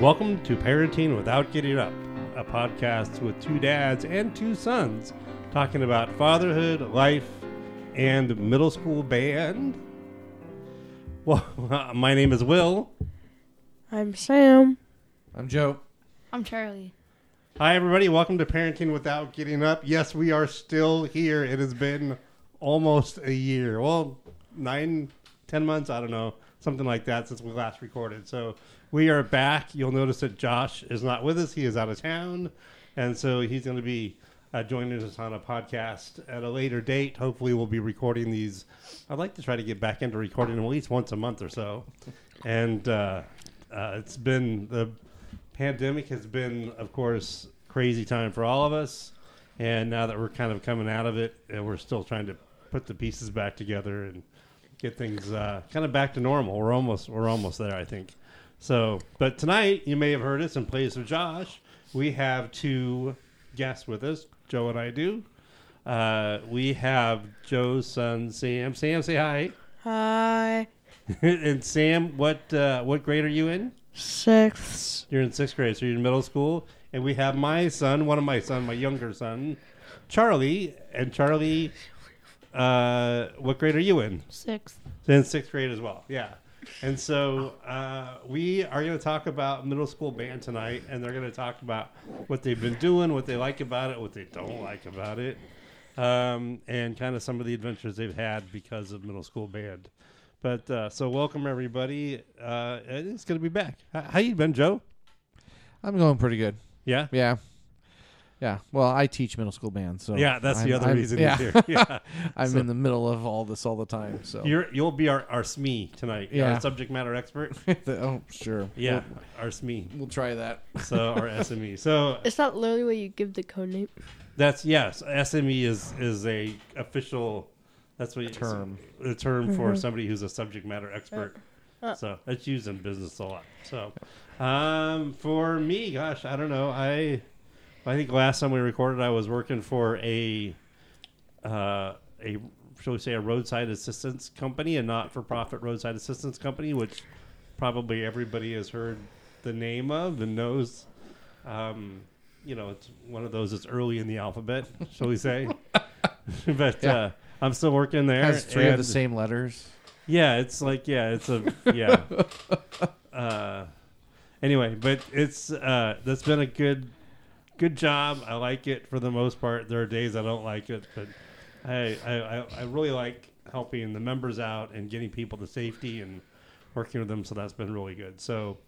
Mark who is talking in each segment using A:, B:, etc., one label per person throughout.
A: Welcome to Parenting Without Getting Up, a podcast with two dads and two sons talking about fatherhood, life, and middle school band. Well, my name is Will.
B: I'm Sam.
C: I'm Joe.
D: I'm Charlie.
A: Hi, everybody. Welcome to Parenting Without Getting Up. Yes, we are still here. It has been almost a year. Well, nine, ten months, I don't know, something like that since we last recorded. So we are back. You'll notice that Josh is not with us, he is out of town. And so he's going to be uh, joining us on a podcast at a later date. Hopefully, we'll be recording these. I'd like to try to get back into recording them at least once a month or so. And uh, uh, it's been the pandemic has been, of course, crazy time for all of us. And now that we're kind of coming out of it, and we're still trying to put the pieces back together and get things uh, kind of back to normal. We're almost we're almost there, I think. So, but tonight you may have heard us in place of Josh. We have two guests with us, Joe and I do. Uh, we have Joe's son Sam. Sam, say hi.
B: Hi.
A: and Sam, what uh, what grade are you in?
B: Sixth.
A: You're in sixth grade, so you're in middle school, and we have my son, one of my son, my younger son, Charlie, and Charlie. Uh, what grade are you in?
D: Sixth.
A: So in sixth grade as well. Yeah, and so uh, we are going to talk about middle school band tonight, and they're going to talk about what they've been doing, what they like about it, what they don't like about it, um, and kind of some of the adventures they've had because of middle school band. But uh, so welcome everybody. Uh, and it's going to be back. H- How you been, Joe?
C: I'm going pretty good.
A: Yeah.
C: Yeah. Yeah. Well, I teach middle school band, so
A: Yeah, that's the
C: I'm-
A: other
C: I'm-
A: reason
C: Yeah,
A: he's here. Yeah.
C: I'm
A: So-
C: in the middle of all this all the time. So
A: You're, you'll be our, our SME tonight.
C: Yeah.
A: Our subject matter expert.
C: The- oh sure.
A: Yeah. our SME.
C: We'll, we'll try that.
A: So our SME. So
B: Is that literally what you give the code name?
A: that's yes. SME is is a official. That's what you-
C: Term.
A: The term for somebody who's a subject matter expert. So that's used in business a lot. So, um, for me, gosh, I don't know. I I think last time we recorded, I was working for a uh, a shall we say a roadside assistance company, a not for profit roadside assistance company, which probably everybody has heard the name of and knows. Um, you know, it's one of those that's early in the alphabet, shall we say? but uh,
C: Yeah.
A: I'm still working there.
C: Has three of the
A: and-
C: same letters.
A: yeah, it's like yeah, it's a yeah. uh, anyway, but it's uh, that's been a good good job. I like it for the most part. There are days I don't like it, but I I, I, I really like helping the members out and getting people to safety and working with them. So that's been really good. So.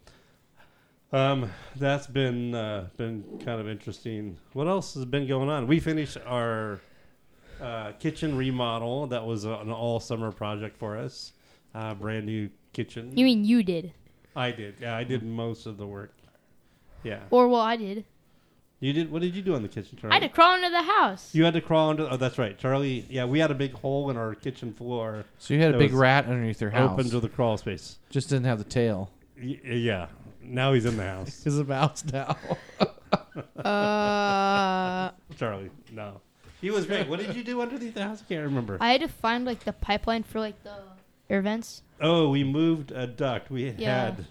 A: Um, that's been uh, been kind of interesting. What else has been going on? We finished our uh, kitchen remodel. That was a, an all summer project for us. Uh, brand new kitchen.
D: You mean you did?
A: I did. Yeah, I did most of the work. Yeah.
D: Or well, I did.
A: You did. What did you do on the kitchen, Charlie?
D: I had to crawl into the house.
A: You had to crawl under. Oh, that's right, Charlie. Yeah, we had a big hole in our kitchen floor,
C: So you had
A: That
C: a big
A: was
C: rat underneath your house.
A: open to the crawl space.
C: Just didn't have the tail.
A: Y- yeah. Now he's in the house,
C: Is a mouse now.
D: uh,
A: Charlie. No, he was great. What did you do underneath the house? I can't remember.
D: I had to find like the pipeline for like the air vents.
A: Oh, we moved a duct. We
D: Yeah.
A: had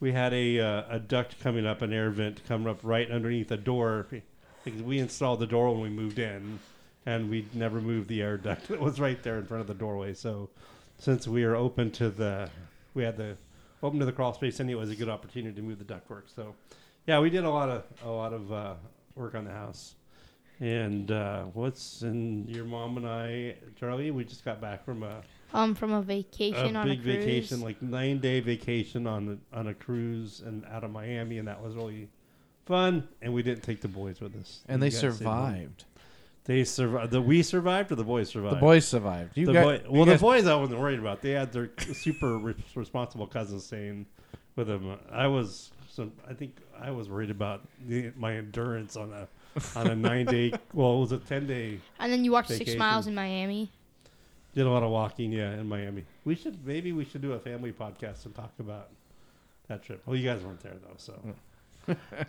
A: we had a uh, a duct coming up, an air vent coming up right underneath the door because we installed the door when we moved in, and we never moved the air duct that was right there in front of the doorway. So since we are open to the we had the open to the crawl space, and it was a good opportunity to move the ductwork. So yeah, we did a lot of a lot of uh, work on the house. And uh, what's in your mom and I, Charlie? We just got back from a
D: Um, from a vacation
A: a
D: on
A: big
D: a cruise.
A: vacation, like nine day vacation on a, on a cruise and out of Miami, and that was really fun. And we didn't take the boys with us,
C: And
A: You
C: they
A: guys saved them.
C: survived.
A: They survived. The we survived, or the boys survived.
C: The boys survived. You
A: The
C: got-
A: boy-
C: you
A: well, the
C: guys-
A: boys I wasn't worried about. They had their super re- responsible cousins staying with them. I was, some, I think I was worried about the, my endurance on a on a nine day. Well, it was a ten day.
D: And then you walked six
A: Vacation.
D: miles in Miami.
A: Did a lot of walking, yeah, in Miami. We should maybe we should do a family podcast and talk about that trip. Well, you guys weren't there though, so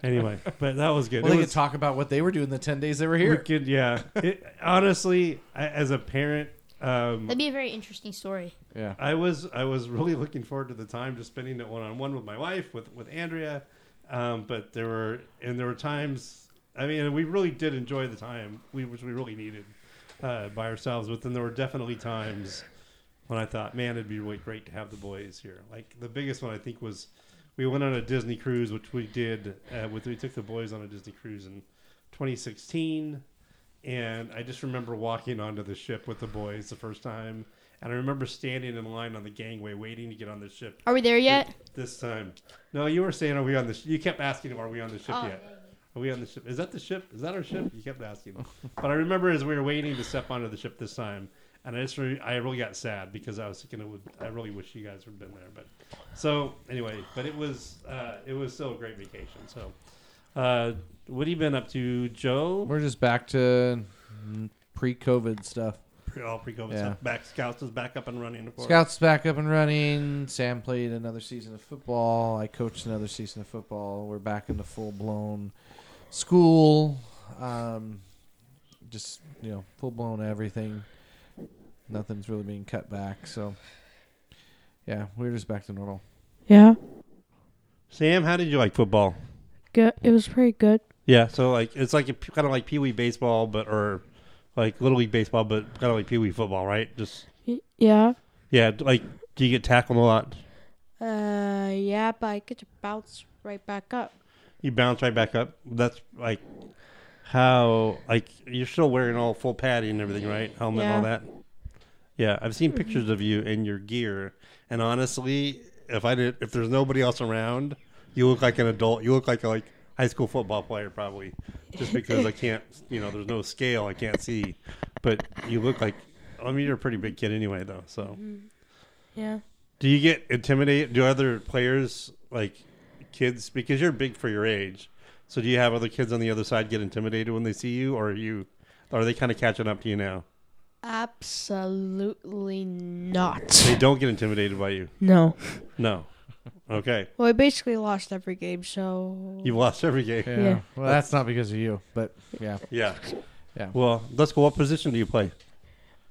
A: anyway, but that was good.
C: Well,
A: It
C: they
A: was-
C: could talk about what they were doing the ten days they were
A: we
C: here.
A: could- yeah. It- honestly, I, as a parent, um,
D: That'd be a very interesting story.
C: yeah.
A: I was I was really looking forward to the time just spending it one on one with my wife, with with Andrea, Um, but there were and there were times. I mean, we really did enjoy the time we which we really needed uh, by ourselves. But then there were definitely times when I thought, man, it'd be really great to have the boys here. Like the biggest one I think was we went on a Disney cruise, which we did. Uh, with we took the boys on a Disney cruise in 2016, and I just remember walking onto the ship with the boys the first time. And I remember standing in line on the gangway waiting to get on the ship
D: Are we there yet?
A: this time. No, you were saying, "Are we on the?" Sh-? You kept asking him, "Are we on the ship
D: Oh,
A: yet? Are we on the ship? Is that the ship? Is that our ship?" You kept asking. Him. but I remember as we were waiting to step onto the ship this time, and I just re- I really got sad because I was thinking it would. I really wish you guys would have been there. But so anyway, but it was uh, it was still a great vacation. So uh, what have you been up to, Joe?
C: We're just back to mm, pre-COVID stuff.
A: Pre- all pre-COVID
C: Yeah.
A: stuff. Back Scouts is back up and running. Of course.
C: Scouts back up and running. Sam played another season of football. I coached another season of football. We're back into full blown school. Um, just you know, full blown everything. Nothing's really being cut back. So yeah, we're just back to normal.
B: Yeah.
A: Sam, how did you like football?
B: Good. It was pretty good.
A: Yeah, so like it's like a, kind of like Pee Wee baseball, but or like Little League baseball, but kind of like Pee Wee football, right? Just
B: Y- yeah.
A: yeah, like do you get tackled a lot?
B: Uh, yeah, but I get to bounce right back up.
A: You bounce right back up. That's like how like you're still wearing all full padding and everything, right? Helmet, and all that. Yeah, I've seen pictures of you in your gear, and honestly, if I did, if there's nobody else around, you look like an adult. You look like a like high school football player, probably, just because I can't, you know, there's no scale, I can't see, but you look like. I mean, you're a pretty big kid anyway, though. So,
B: Yeah.
A: do you get intimidated? Do other players like kids because you're big for your age? So do you have other kids on the other side get intimidated when they see you, or are you, are they kind of catching up to you now?
B: Absolutely
A: They
B: not.
A: don't get intimidated by you.
B: No.
A: No. Okay.
B: Well, I basically lost every game, so.
A: You've lost every game.
C: Yeah.
B: Yeah.
C: Well, that's not because of you, but yeah.
A: Yeah.
C: Yeah.
A: Well, let's go. What position do you play?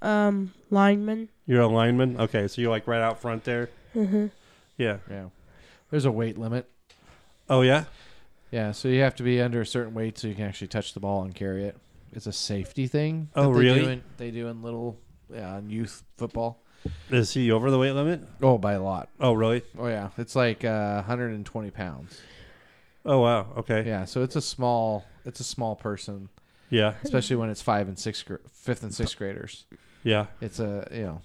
B: Um, lineman.
A: You're a lineman. Okay, so you're like right out front there.
B: Mhm.
A: Yeah.
C: Yeah. There's a weight limit.
A: Oh yeah.
C: Yeah, so you have to be under a certain weight so you can actually touch the ball and carry it. It's a safety thing. that
A: Oh,
C: they
A: really?
C: Do in, they do in little yeah, in youth football.
A: Is he over the weight limit?
C: Oh, by a lot.
A: Oh really?
C: Oh yeah, it's like uh, 120 pounds.
A: Oh wow. Okay.
C: Yeah, so it's a small, it's a small person,
A: Yeah.
C: especially when it's five and sixth, gr- fifth and sixth graders.
A: Yeah.
C: It's a you know,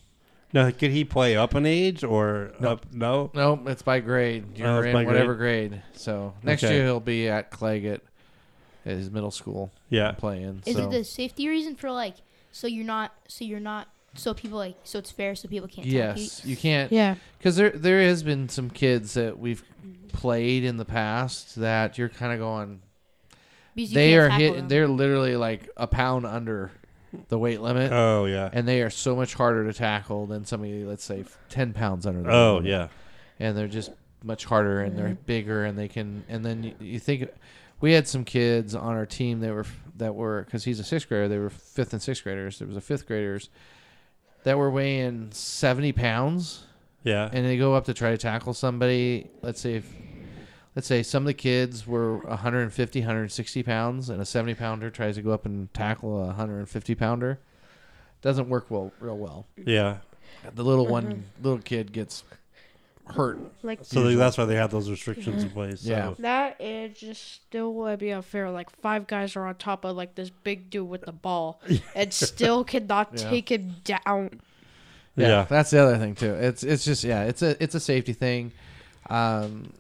A: Now, could he play up in age or
C: No.
A: up? No.
C: no, it's by grade. You're
A: Oh, it's
C: in
A: by
C: whatever grade. So next
A: Okay.
C: year he'll be at Claggett, at his middle school
A: Yeah.
C: playing.
D: Is
C: so
D: it the safety reason for like so you're not so you're not so people like so it's fair so people can't talk to
C: yes, you can't
B: Yeah.
C: Because there there has been some kids that we've played in the past that you're kind of going.
D: because you
C: They
D: can't
C: are
D: tackle
C: hit.
D: them.
C: They're literally like a pound under the weight limit,
A: Oh yeah.
C: and they are so much harder to tackle than somebody let's say ten pounds under. The weight
A: Oh
C: limit.
A: yeah.
C: and they're just much harder and they're bigger and they can. And then you, you think we had some kids on our team that were that were because he's a sixth grader. They were fifth and sixth graders. There was a fifth graders that were weighing seventy pounds
A: Yeah.
C: and they go up to try to tackle somebody let's say if let's say some of the kids were 150 160 pounds and a 70 pounder tries to go up and tackle a 150 pounder doesn't work well real well
A: yeah.
C: the little one little kid gets hurt
B: Like
A: So they, that's why they have those restrictions in place. So.
C: Yeah.
B: that, it just still would be unfair. Like five guys are on top of like this big dude with the ball, and still cannot
C: Yeah.
B: take him down.
A: Yeah.
C: that's the other thing too it's it's just yeah it's a it's a safety thing um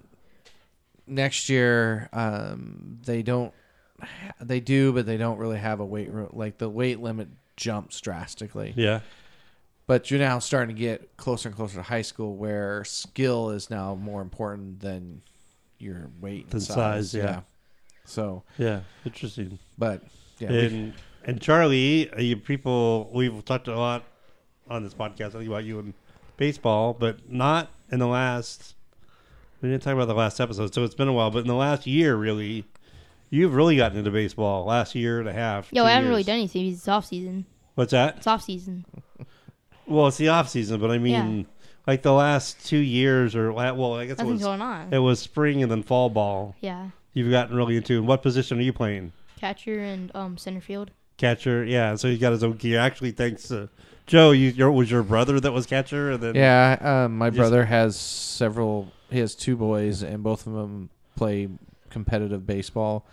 C: next year um they don't ha- they do but they don't really have a weight room like the weight limit jumps drastically
A: Yeah.
C: but you're now starting to get closer and closer to high school where skill is now more important than your weight and
A: Than size, yeah.
C: so
A: Yeah. Interesting.
C: but yeah we-
A: and and Charlie, uh, you people, we've talked a lot on this podcast. I think about you and baseball, but not in the last. We didn't talk about the last episode, so it's been a while. But in the last year, really, you've really gotten into baseball. Last year and a half.
D: Yo,
A: two
D: I haven't
A: years.
D: really done anything because it's off season.
A: What's that?
D: It's off season.
A: Well, it's the off season, but I mean, like the last two years or la- well, I guess it
D: Nothing's
A: was
D: going on.
A: it was spring and then fall ball.
D: yeah,
A: You've gotten really into. What position are you playing?
D: catcher and um center field.
A: Catcher. Yeah. So he got his own gear. Actually, thanks to Joe. You your, was your brother that was catcher, and then
C: Yeah, um, my
A: Yes.
C: brother has several. He has two boys, and both of them play competitive baseball.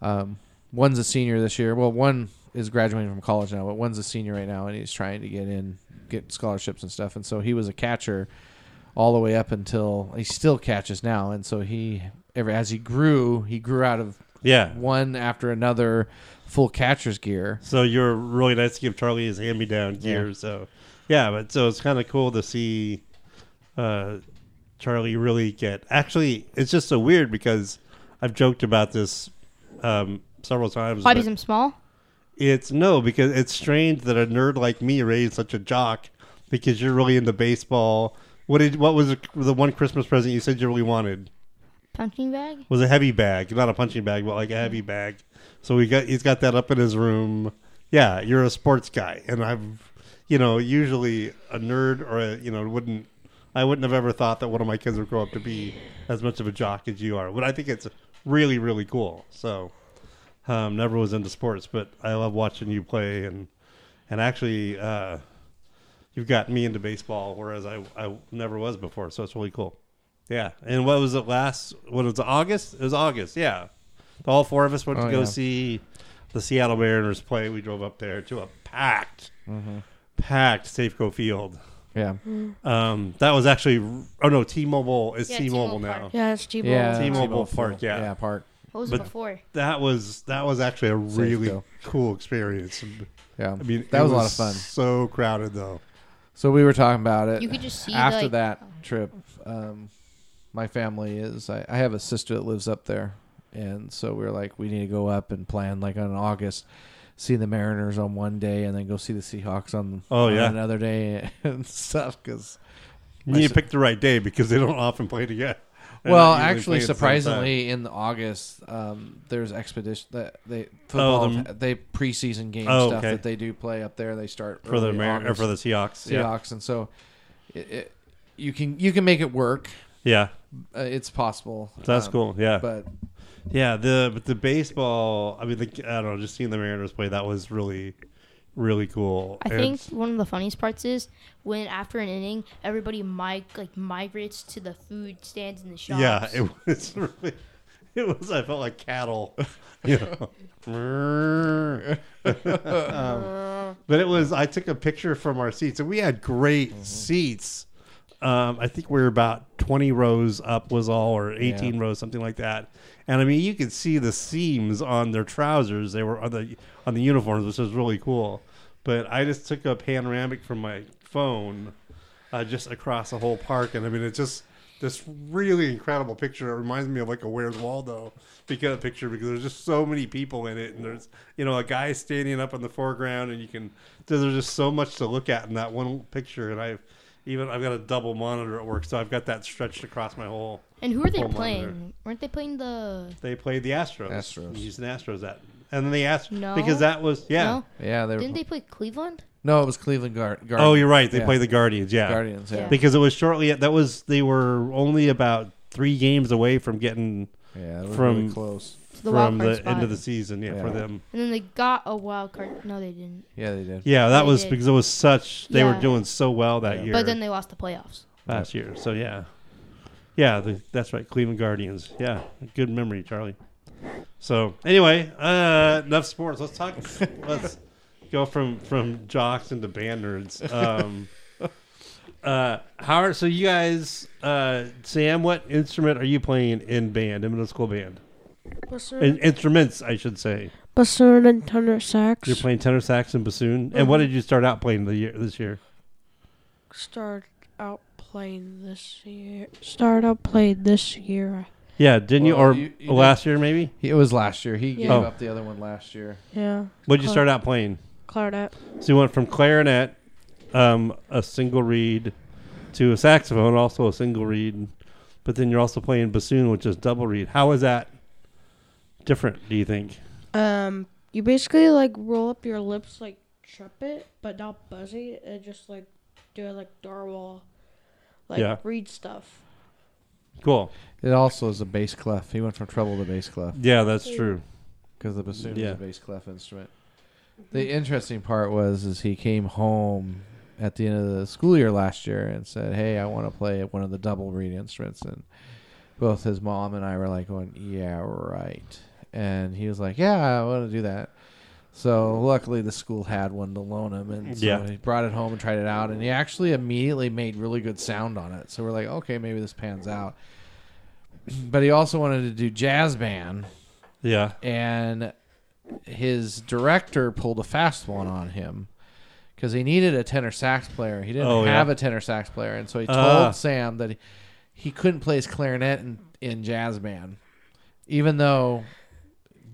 C: Um, one's a senior this year. Well, one is graduating from college now, but one's a senior right now, and he's trying to get in, get scholarships and stuff. And so he was a catcher all the way up until he still catches now. And so he, ever as he grew, he grew out of
A: yeah.
C: one after another full catcher's gear.
A: So you're really nice to give Charlie his hand me down gear. So yeah, but so it's kind of cool to see uh, Charlie really get. Actually, it's just so weird because I've joked about this um, several times.
D: Why because
A: but
D: I'm small?
A: It's no because it's strange that a nerd like me raised such a jock because you're really into baseball. What did what was the- the one Christmas present you said you really wanted?
D: Punching bag?
A: was a heavy bag, not a punching bag, but like a heavy bag. So we got he's got that up in his room. Yeah, you're a sports guy, and I'm, you know, usually a nerd or a, you know wouldn't I wouldn't have ever thought that one of my kids would grow up to be as much of a jock as you are. But I think it's really really cool. So um, never was into sports, but I love watching you play and and actually. Uh, You've got me into baseball, whereas I, I never was before, so it's really cool. Yeah, and what was it last? What was it, August? It was August. Yeah, all four of us went
C: Oh,
A: to go
C: yeah.
A: see the Seattle Mariners play. We drove up there to a packed,
C: Mm-hmm.
A: packed Safeco Field.
C: Yeah,
A: Um, that was actually oh no, T-Mobile is
D: Yeah,
A: T-Mobile,
D: T-Mobile
A: now.
D: Park.
B: Yeah, it's T-Bone.
C: yeah.
A: T-Mobile Park,
C: Field.
A: yeah.
C: yeah, park.
D: What was
A: But-
D: it before?
A: That was that was actually a really
C: Safeco.
A: cool experience.
C: Yeah,
A: I mean,
C: that
A: it
C: was a lot of fun.
A: So crowded though.
C: So we were talking about it.
D: You could just see,
C: after
D: like- oh.
C: that trip. Um, my family is. I, I have a sister that lives up there, and so we are like, we need to go up and plan like on August, see the Mariners on one day, and then go see the Seahawks on
A: Oh,
C: on
A: yeah.
C: another day and stuff. Because
A: You
C: My
A: need
C: s-
A: to pick the right day because they don't often play together. They're
C: well,
A: not usually
C: actually,
A: playing at the same time. Oh,
C: surprisingly, in August, um, there's expedition that they football
A: the-
C: they preseason game
A: Oh,
C: stuff
A: okay.
C: that they do play up there. They start
A: for the
C: early
A: Mar- or
C: August,
A: for the Seahawks. Yeah,
C: Seahawks, and so it, it, you can you can make it work.
A: yeah,
C: Uh, it's possible.
A: that's
C: Um,
A: cool. Yeah,
C: But
A: Yeah, the but the baseball. I mean, the, I don't know. Just seeing the Mariners play that was really, really cool.
D: I
A: And-
D: think one of the funniest parts is when after an inning, everybody mig- like migrates to the food stands in the shops.
A: Yeah, it was really. It was. I felt like cattle. You know. Um, but it was. I took a picture from our seats, and we had great seats. Um, I think we were about twenty rows up was all, or eighteen
C: Yeah.
A: rows, something like that. And I mean, you could see the seams on their trousers. They were on the on the uniforms, which was really cool. But I just took a panoramic from my phone uh, just across the whole park. And I mean, it's just this really incredible picture. It reminds me of like a Where's Waldo because picture because there's just so many people in it, and there's you know a guy standing up in the foreground, and you can there's just so much to look at in that one picture. And I've even I've got a double monitor at work, so I've got that stretched across my whole.
D: And who are they
A: Full
D: playing?
A: monitor.
D: Weren't they playing the?
A: They played the Astros.
C: Astros.
A: Using Astros that, and then they asked
D: No.
A: because that was yeah.
D: No,
C: yeah, they were,
D: didn't they play Cleveland?
C: no, it was Cleveland Guard. Guard
A: Oh, you're right. They
C: Yeah.
A: played the Guardians. Yeah.
C: Guardians. Yeah,
D: Yeah.
A: Because it was shortly that was they were only about three games away from getting
C: yeah, it was
A: From-
C: really close.
D: To the
A: from
D: wild card
A: the
D: spot.
A: end of the season. Yeah, for
C: Yeah.
A: them.
D: And then they got a wild card. No, they didn't.
C: Yeah, they did.
A: Yeah, that
D: They
A: was
D: did.
A: because it was such they were
D: Yeah.
A: doing so well that
C: Yeah.
A: year
D: But then they lost the playoffs.
A: last year. So yeah, yeah, the, that's right, Cleveland Guardians. Yeah, good memory, Charlie. So anyway, uh, enough sports. Let's talk. let's go from from jocks into band nerds. Um, uh, Howard, so you guys, uh, Sam, what instrument are you playing in band, in middle school band? In, instruments, I should say.
B: Bassoon and tenor sax.
A: You're playing tenor sax and bassoon. And what did you start out playing the year this year?
B: Start out playing this year. Start out playing this year.
A: Yeah, didn't you
C: Well,
A: or
C: you- you
A: last year maybe?
C: He, it was last year. He gave
A: Oh.
C: up the other one last year.
B: Yeah.
A: What did you
B: Clar-
A: start out playing?
B: Clarinet.
A: So you went from clarinet, um, a single reed, to a saxophone, also a single reed, but then you're also playing bassoon, which is double reed. How is that different? Do you think?
B: Um, you basically like roll up your lips like trumpet, but not buzzy, and just like do it like narwhal. like
A: Yeah.
B: read stuff.
A: Cool.
C: It also is a bass clef. He went from treble to bass clef
A: Yeah, that's true.
C: because the bassoon
A: Yeah.
C: is a bass clef instrument. The interesting part was is he came home at the end of the school year last year and said, "Hey, I want to play one of the double reed instruments." And both his mom and I were like going, "Yeah, right." And he was like, "Yeah, I want to do that." So luckily, the school had one to loan him, and so
A: Yeah.
C: he brought it home and tried it out, and he actually immediately made really good sound on it. So we're like, "Okay, maybe this pans out." But he also wanted to do jazz band,
A: Yeah.
C: and his director pulled a fast one on him because he needed a tenor sax player. He didn't
A: Oh,
C: have
A: yeah.
C: a tenor sax player, and so he told
A: Ah.
C: Sam that he, he couldn't play his clarinet in, in jazz band, even though,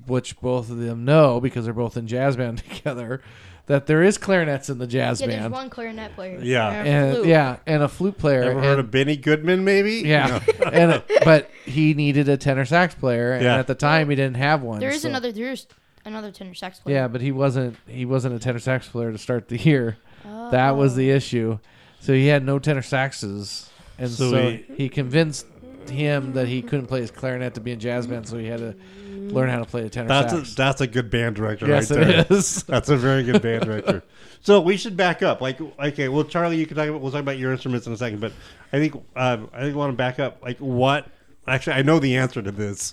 C: which both of them know because they're both in jazz band together, that there is clarinets in the jazz
D: Yeah, there's
C: band.
D: one clarinet player.
A: Yeah.
C: and
B: Flute.
C: yeah, and a flute player.
A: Ever heard
C: and-
A: of Benny Goodman? Maybe.
C: yeah, and but he needed a tenor sax player, and
A: Yeah.
C: at the time he didn't have one.
D: There is
C: so-
D: another. There is another tenor sax player.
C: Yeah, but he wasn't he wasn't a tenor sax player to start the year.
D: Oh.
C: That was the issue. So he had no tenor saxes, and so,
A: So
C: he,
A: he-
C: convinced him that he couldn't play his clarinet to be in jazz band, so he had to learn how to play the tenor
A: That's
C: sax.
A: a, that's a good band director
C: yes,
A: right there.
C: it is.
A: That's a very good band director. So we should back up. Like, okay, well, Charlie, you can talk about. We'll talk about your instruments in a second, but I think um, I think I want to back up. Like, what? Actually, I know the answer to this.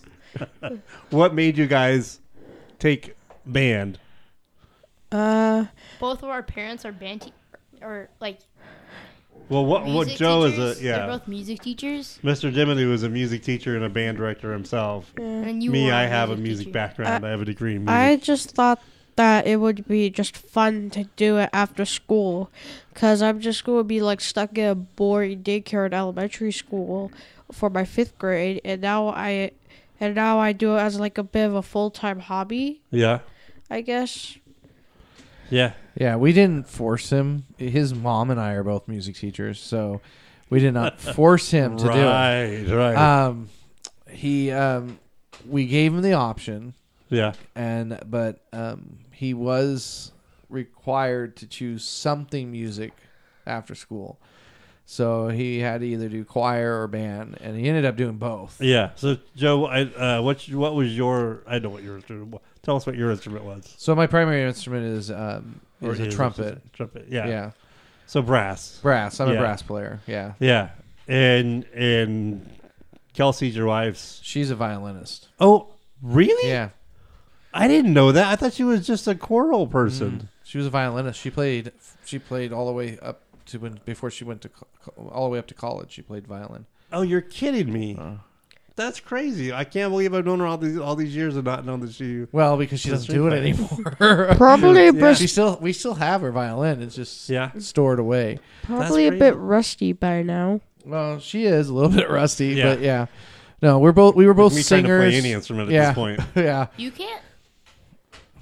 A: what made you guys take band?
B: Uh,
D: Both of our parents are band, te- or like
A: Oh, Well, what?
D: music
A: what Joe
D: teachers.
A: is a yeah.
D: They're both music teachers,
A: Mr. Dimity was a music teacher and a band director himself.
D: and then you.
A: Me,
D: are
A: I have a music
D: teacher. Uh,
A: background. I have a degree in music.
B: I just thought that it would be just fun to do it after school, cause I'm just gonna be like stuck in a boring daycare in elementary school for my fifth grade, and now I, and now I do it as like a bit of a full time hobby,
A: yeah,
B: I guess.
A: yeah,
C: Yeah, we didn't force him. His mom and I are both music teachers, so we did not force him to do it.
A: right, right,
C: Um, he um, we gave him the option.
A: yeah,
C: and but um, he was required to choose something music after school. So he had to either do choir or band, and he ended up doing both.
A: yeah. So, Joe, I, uh, what what was your? I know what your instrument. wa- Tell us what your instrument was.
C: So my primary instrument is um, is a
A: is-
C: trumpet.
A: Trumpet. Yeah.
C: Yeah.
A: So brass.
C: brass. I'm a
A: Yeah.
C: brass player. Yeah,
A: Yeah, and and Kelsey's your wife's.
C: she's a violinist.
A: Oh, really?
C: Yeah,
A: I didn't know that. I thought she was just a choral person.
C: she was a violinist. She played. She played all the way up to when before she went to co- co- all the way up to college. She played violin.
A: Oh, you're kidding me.
C: Uh.
A: That's crazy. I can't believe I've known her all these all these years and not known that she.
C: Well, because she
A: That's
C: doesn't do it anymore.
B: Probably a
A: Yeah.
B: bit,
C: she still we still have her violin. It's just
A: Yeah.
C: stored away.
B: probably a
A: crazy.
B: bit rusty by now.
C: Well, she is a little bit rusty,
A: Yeah.
C: but yeah. No, we're both we were both
A: me
C: singers.
A: trying to play any instrument at
C: yeah.
A: this point.
C: yeah.
D: You can't.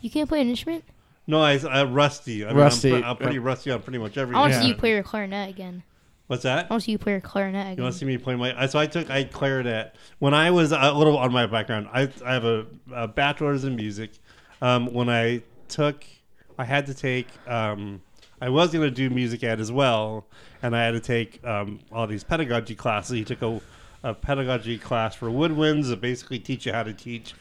D: You can't play an instrument.
A: No, I, I rusty. I mean,
C: Rusty.
A: I'm, pre- I'm pretty rusty on pretty much everything.
D: I want to
C: Yeah.
D: see you play your clarinet again.
A: What's that?
D: I want to see you play your clarinet again.
A: You want to see me play my? I- So I took I clarinet when I was uh, a little on my background. I I have a, a bachelor's in music. Um, when I took, I had to take. Um, I was going to do music ed as well, and I had to take um, all these pedagogy classes. You took a, a pedagogy class for woodwinds that basically teach you how to teach,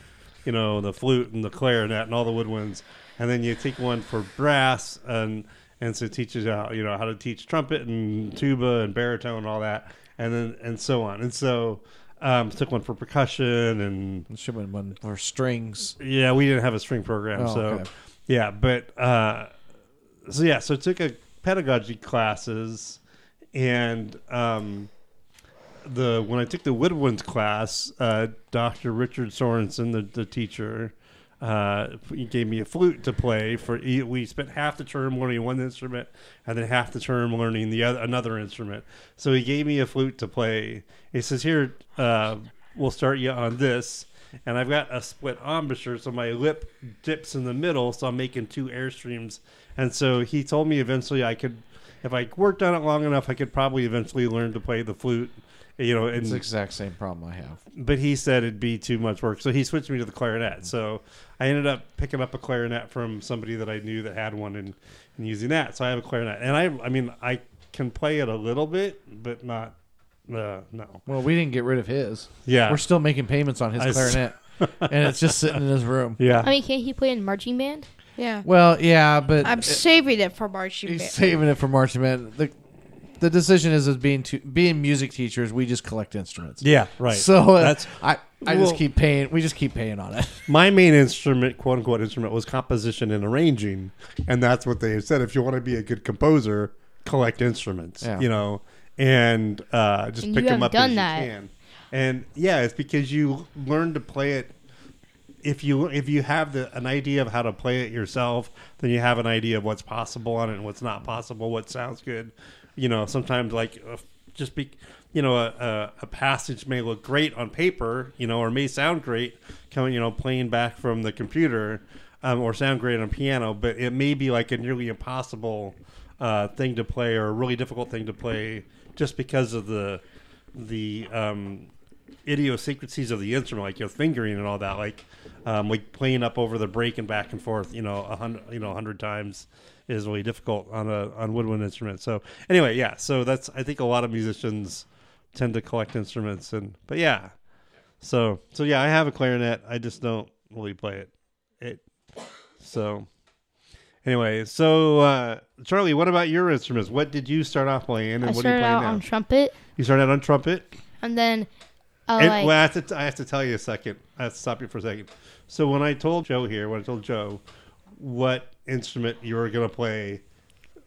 A: you know, the flute and the clarinet and all the woodwinds, and then you take one for brass and and so it teaches how you know how to teach trumpet and tuba and baritone and all that and then and so on and so um took one for percussion and
C: She went one for strings.
A: yeah we didn't have a string program
C: Oh,
A: so
C: okay.
A: yeah but uh so yeah so took a pedagogy classes and um the when I took the woodwinds class, uh, Dr. Richard Sorensen, the, the teacher, uh, he gave me a flute to play. For he- we spent half the term learning one instrument, and then half the term learning the other another instrument. So he gave me a flute to play. He says, "Here, uh, we'll start you on this." And I've got a split embouchure, so my lip dips in the middle, so I'm making two airstreams. And so he told me eventually I could, if I worked on it long enough, I could probably eventually learn to play the flute you know,
C: It's the
A: and,
C: exact same problem I have.
A: but he said it'd be too much work, so he switched me to the
C: Mm-hmm.
A: clarinet. So I ended up picking up a clarinet from somebody that I knew that had one and, and using that. So I have a clarinet, and I, I mean, I can play it a little bit, but not Uh, no.
C: Well, we didn't get rid of his.
A: Yeah.
C: We're still making payments on his
A: I s-
C: clarinet, and it's just sitting in his room.
A: yeah.
D: I mean, can't he play in marching band?
B: Yeah.
C: Well, yeah, but
B: I'm
C: it-
B: saving it for marching
C: he's
B: band.
C: saving it for marching band. The the decision is as being to, being music teachers, we just collect instruments.
A: Yeah. Right.
C: So uh,
A: that's
C: I I
A: Well-
C: just keep paying. We just keep paying on it.
A: my main instrument, quote unquote instrument, was composition and arranging, and that's what they said. If you want to be a good composer, collect instruments.
C: Yeah.
A: You know, and uh, just
D: And
A: pick
D: you
A: them
D: have
A: up
D: done
A: as
D: that.
A: you can. And yeah, it's because you learn to play it. If you if you have the, an idea of how to play it yourself, then you have an idea of what's possible on it and what's not possible, what sounds good. You know, sometimes like uh, just be you know a, a, a passage may look great on paper, you know, or may sound great coming you know playing back from the computer, um, or sound great on piano, but it may be like a nearly impossible uh, thing to play or a really difficult thing to play just because of the the um, idiosyncrasies of the instrument, like your fingering and all that, like um, like playing up over the break and back and forth, you know, a hundred you know a hundred times is really difficult on a on woodwind instrument. So anyway, yeah, so that's I think a lot of musicians tend to collect instruments and but yeah, so so yeah, I have a clarinet. I just don't really play it. It so. Anyway, so uh, Charlie, what about your instruments? What did you start off playing, and
D: I
A: what are you
D: started
A: playing
D: out
A: now?
D: on trumpet,
A: You started out on trumpet.
D: and then I
A: And,
D: like
A: well, I have, to, I have to tell you a second. I have to stop you for a second. So when I told Joe here, when I told Joe what instrument you were going to play,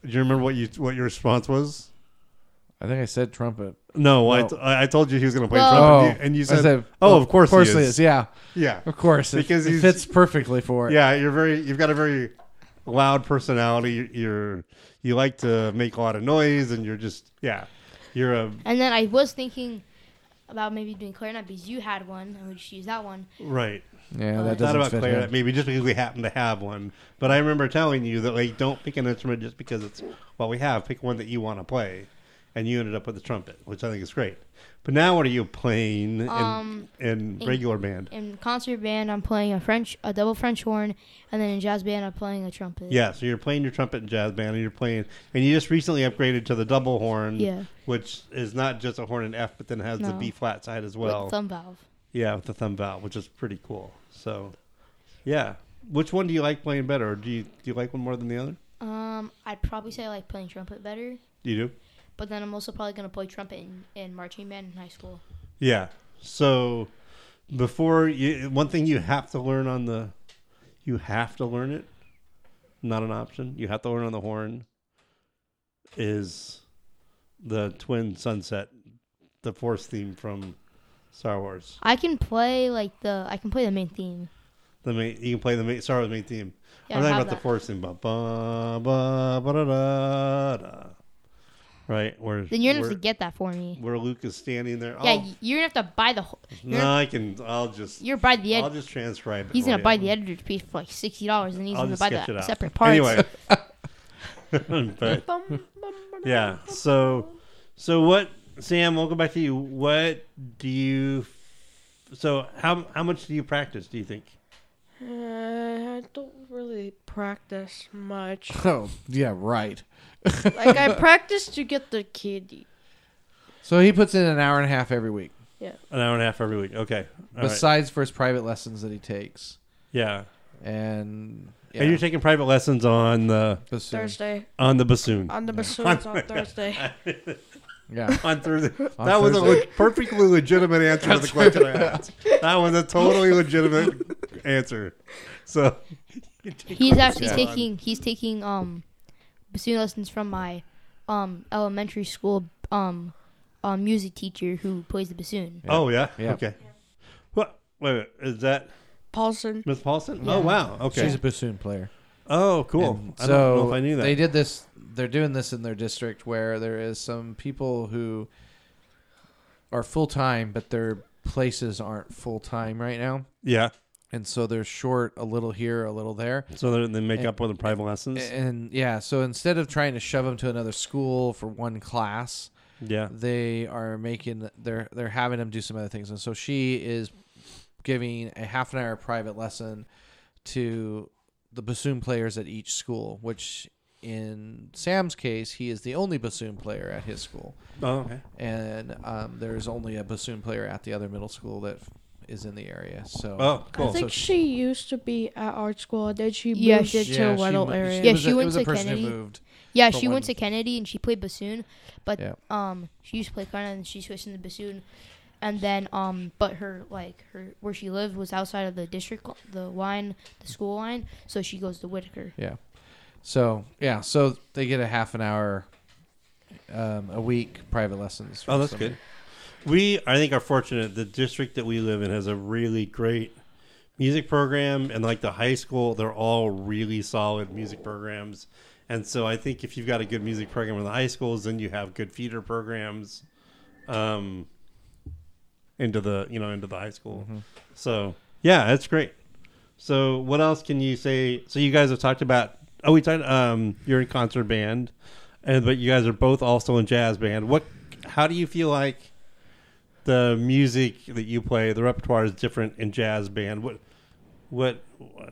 A: do you remember what you what your response was?
C: I think I said trumpet.
A: No, I,
C: No.
A: t- I I told you he was going to play
D: Well-
A: trumpet, and you, and you
C: I
A: said, "Oh, of course,
C: of course
A: he is.
C: Yeah,
A: Yeah,
C: of course,
A: Because
C: because it,
A: he's-
C: fits perfectly for it.
A: yeah. You're very. You've got a very loud personality. You're you like to make a lot of noise, and you're just yeah. You're a
D: And then I was thinking about maybe doing clarinet because you had one, and we just used that one.
A: right.
C: yeah,
D: Not
C: that
A: Not
C: doesn't
A: about
C: fit.
A: clarinet,
C: him.
A: maybe just because we happen to have one. But I remember telling you that like don't pick an instrument just because it's what we have. Pick one that you want to play, and you ended up with the trumpet, which I think is great. But now, what are you playing in,
D: Um,
A: in
D: in-
A: regular band?
D: In concert band, I'm playing a French, a double French horn, and then in jazz band, I'm playing a trumpet.
A: Yeah, so you're playing your trumpet and jazz band, and you're playing, and you just recently upgraded to the double horn,
D: Yeah.
A: which is not just a horn in F, but then has the
D: No.
A: B flat side as
D: With
A: well.
D: thumb valve.
A: yeah, with the thumb valve, which is pretty cool. So, yeah, which one do you like playing better? Or do you do you like one more than the other?
D: Um, I'd probably say I like playing trumpet better,
A: You do.
D: but then I'm also probably gonna play trumpet in, in marching band in high school.
A: Yeah. So before you, one thing you have to learn on the, you have to learn it. Not an option. You have to learn on the horn. Is the twin sunset, the force theme from Star Wars?
D: I can play like the I can play the main theme.
A: The main, you can play the main, Star Wars main theme.
D: Yeah,
A: I'm
D: I
A: talking
D: have
A: about the
D: that.
A: force theme, ba ba ba ba da da da. Right, where
D: Then you're gonna
A: where, Oh.
D: have to get that for me.
A: where Luke is standing there.
D: Yeah,
A: I'll-
D: y- you're gonna have to buy the whole. You're,
A: no, I can. I'll just.
D: you're buy the
A: I'll
D: ed-
A: just transcribe it.
D: He's
A: for
D: gonna
A: you.
D: buy the editor's piece for like sixty dollars, and he's
A: I'll
D: gonna
A: just
D: buy
A: sketch it
D: the
A: out.
D: separate parts.
A: Anyway, but yeah. So, so what, Sam? We'll go back to you. What do you? So how how much do you practice? Do you think?
B: Uh, I don't really practice much.
C: Oh, yeah, right.
B: like I practice to get the candy.
C: So he puts in an hour and a half every week,
A: An hour and a half every week. Okay. All right.
C: besides for his private lessons that he takes.
A: Yeah.
C: And yeah,
A: And you're taking private lessons on the
C: bassoon.
B: Thursday
A: on the bassoon
C: Uh,
B: on the bassoons on Thursday.
C: Yeah,
A: on Thursday.
C: On
A: that was a
C: Thursday.
A: le- perfectly legitimate answer to the question I asked. That was a totally legitimate answer. So
D: He's actually
A: Yeah.
D: taking he's taking um bassoon lessons from my um elementary school um um music teacher who plays the bassoon.
C: Yeah.
A: Oh yeah.
C: Yeah.
A: Okay. What? Wait, a minute, is that
B: Paulson.
A: Miss Paulson?
D: Yeah.
A: Oh wow. Okay.
C: she's a bassoon player.
A: oh cool.
C: And
A: I
C: so
A: don't know if I knew that.
C: They did this. They're doing this in their district where there is some people who are full time, but their places aren't full time right now,
A: yeah.
C: and so they're short a little here, a little there.
A: So they- they make
C: And-
A: up with the private lessons.
C: And yeah, so instead of trying to shove them to another school for one class,
A: yeah.
C: they are making they're they're having them do some other things and so she is giving a half an hour private lesson to the bassoon players at each school which in Sam's case, he is the only bassoon player at his school,
A: Oh, okay.
C: and um, there is only a bassoon player at the other middle school that is in the area. So
A: Oh,
B: I
A: cool.
B: think
C: So-
B: she used to be at art school, and then she
D: Yeah,
B: moved
D: she-
B: it to a Weddell
C: mo-
B: area.
C: it
D: Yeah,
C: was
D: she
C: a- it
D: went
C: was
D: to
C: a person
D: Kennedy.
C: who moved.
D: Yeah,
C: But
D: she
C: when-
D: went to Kennedy and she played bassoon, but
C: Yeah.
D: um, she used to play cornet and she switched into bassoon, and then um, but her like her where she lived was outside of the district, li- the line, the school line, so she goes to Whitaker.
C: Yeah. So yeah, so they get a half an hour um, a week private lessons. for
A: Oh, that's
C: somebody.
A: good. We, I think, are fortunate. The district that we live in has a really great music program, and like the high school, they're all really solid music programs. And so I think if you've got a good music program in the high schools, then you have good feeder programs um, into the you know into the high school. So yeah, that's great. So what else can you say? So you guys have talked about. Oh, we talked. Um, you're in concert band, and but you guys are both also in jazz band. What? How do you feel like the music that you play, the repertoire is different in jazz band? What? What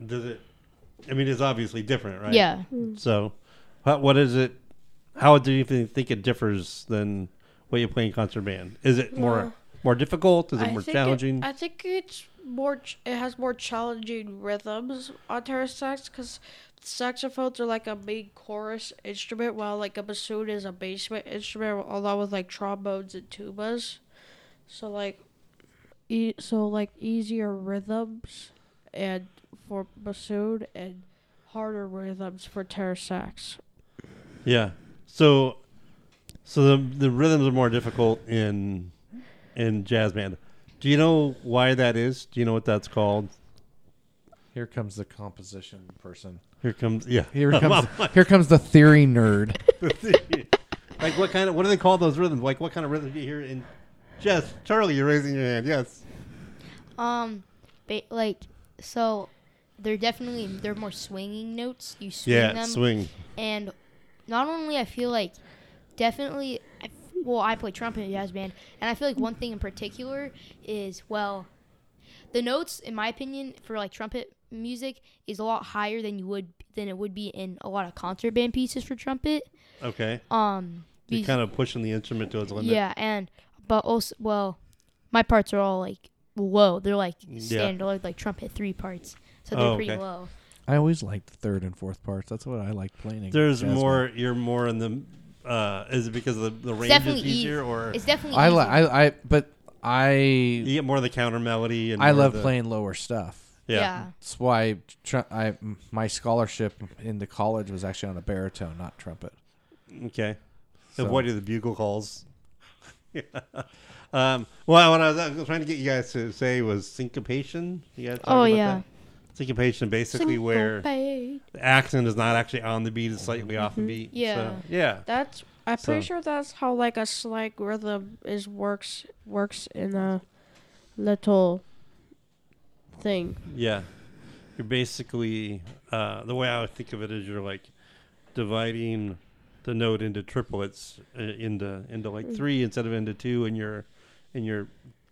A: does it? I mean, it's obviously different, right?
D: Yeah,
A: So, what, what is it? How do you thi- think it differs than what you play in concert band? Is it
B: Yeah.
A: more more difficult? Is it
B: I
A: more
B: think it-
A: challenging?
B: I think it's more. ch- It has more challenging rhythms on tenor sax because saxophones are like a main chorus instrument, while like a bassoon is a basement instrument, along with like trombones and tubas. So like, e- so like easier rhythms, and for bassoon and harder rhythms for tenor sax.
A: yeah. So, so the the rhythms are more difficult in in jazz band. Do you know why that is? Do you know what that's called?
C: Here comes the composition person.
A: Here comes yeah.
C: Here comes here comes the theory nerd.
A: like what kind of what do they call those rhythms? Like what kind of rhythms do you hear in? Jess, Charlie, you're raising your hand. Yes.
D: um, ba- like so, they're definitely they're more swinging notes. You swing them,
A: swing.
D: and not only I feel like definitely I, well I play trumpet in a jazz band and I feel like one thing in particular is well the notes in my opinion for like trumpet music is a lot higher than you would than it would be in a lot of concert band pieces for trumpet
A: Okay.
D: um
A: You're
D: these-
A: kind of pushing the instrument to its limit.
D: yeah and but also well my parts are all like low they're like standard like trumpet three parts so they're
A: Oh,
D: pretty
A: okay.
D: low
C: I always liked the third and fourth parts. That's what I like playing. in
A: There's
C: jazz
A: more. You're more in the. Uh, is it because the the range
D: definitely
A: is
D: eas-
A: easier, or
D: it's definitely
C: band. I, li-
D: easier.
C: I I but I
A: you get more of the counter melody? And
C: I
A: more
C: love
A: the-
C: playing lower stuff.
A: Yeah.
C: That's why tr- I my scholarship into college was actually on a baritone, not trumpet.
A: Okay.
C: So-
A: Avoided the bugle calls. um, well, what I was, I was trying to get you guys to say was syncopation. You guys talk
D: Oh,
A: about
D: yeah.
A: that? Syncopation basically where
B: Syncopate.
A: the accent is not actually on the beat; it's slightly off the beat.
D: Mm-hmm. Yeah.
A: So, yeah.
B: That's I'm pretty
A: So-
B: sure that's how like a slang rhythm is works works in a little thing.
A: Yeah. You're basically uh, the way I would think of it is you're like dividing the note into triplets uh, into into like
D: Mm-hmm.
A: three instead of into two, and you're and you're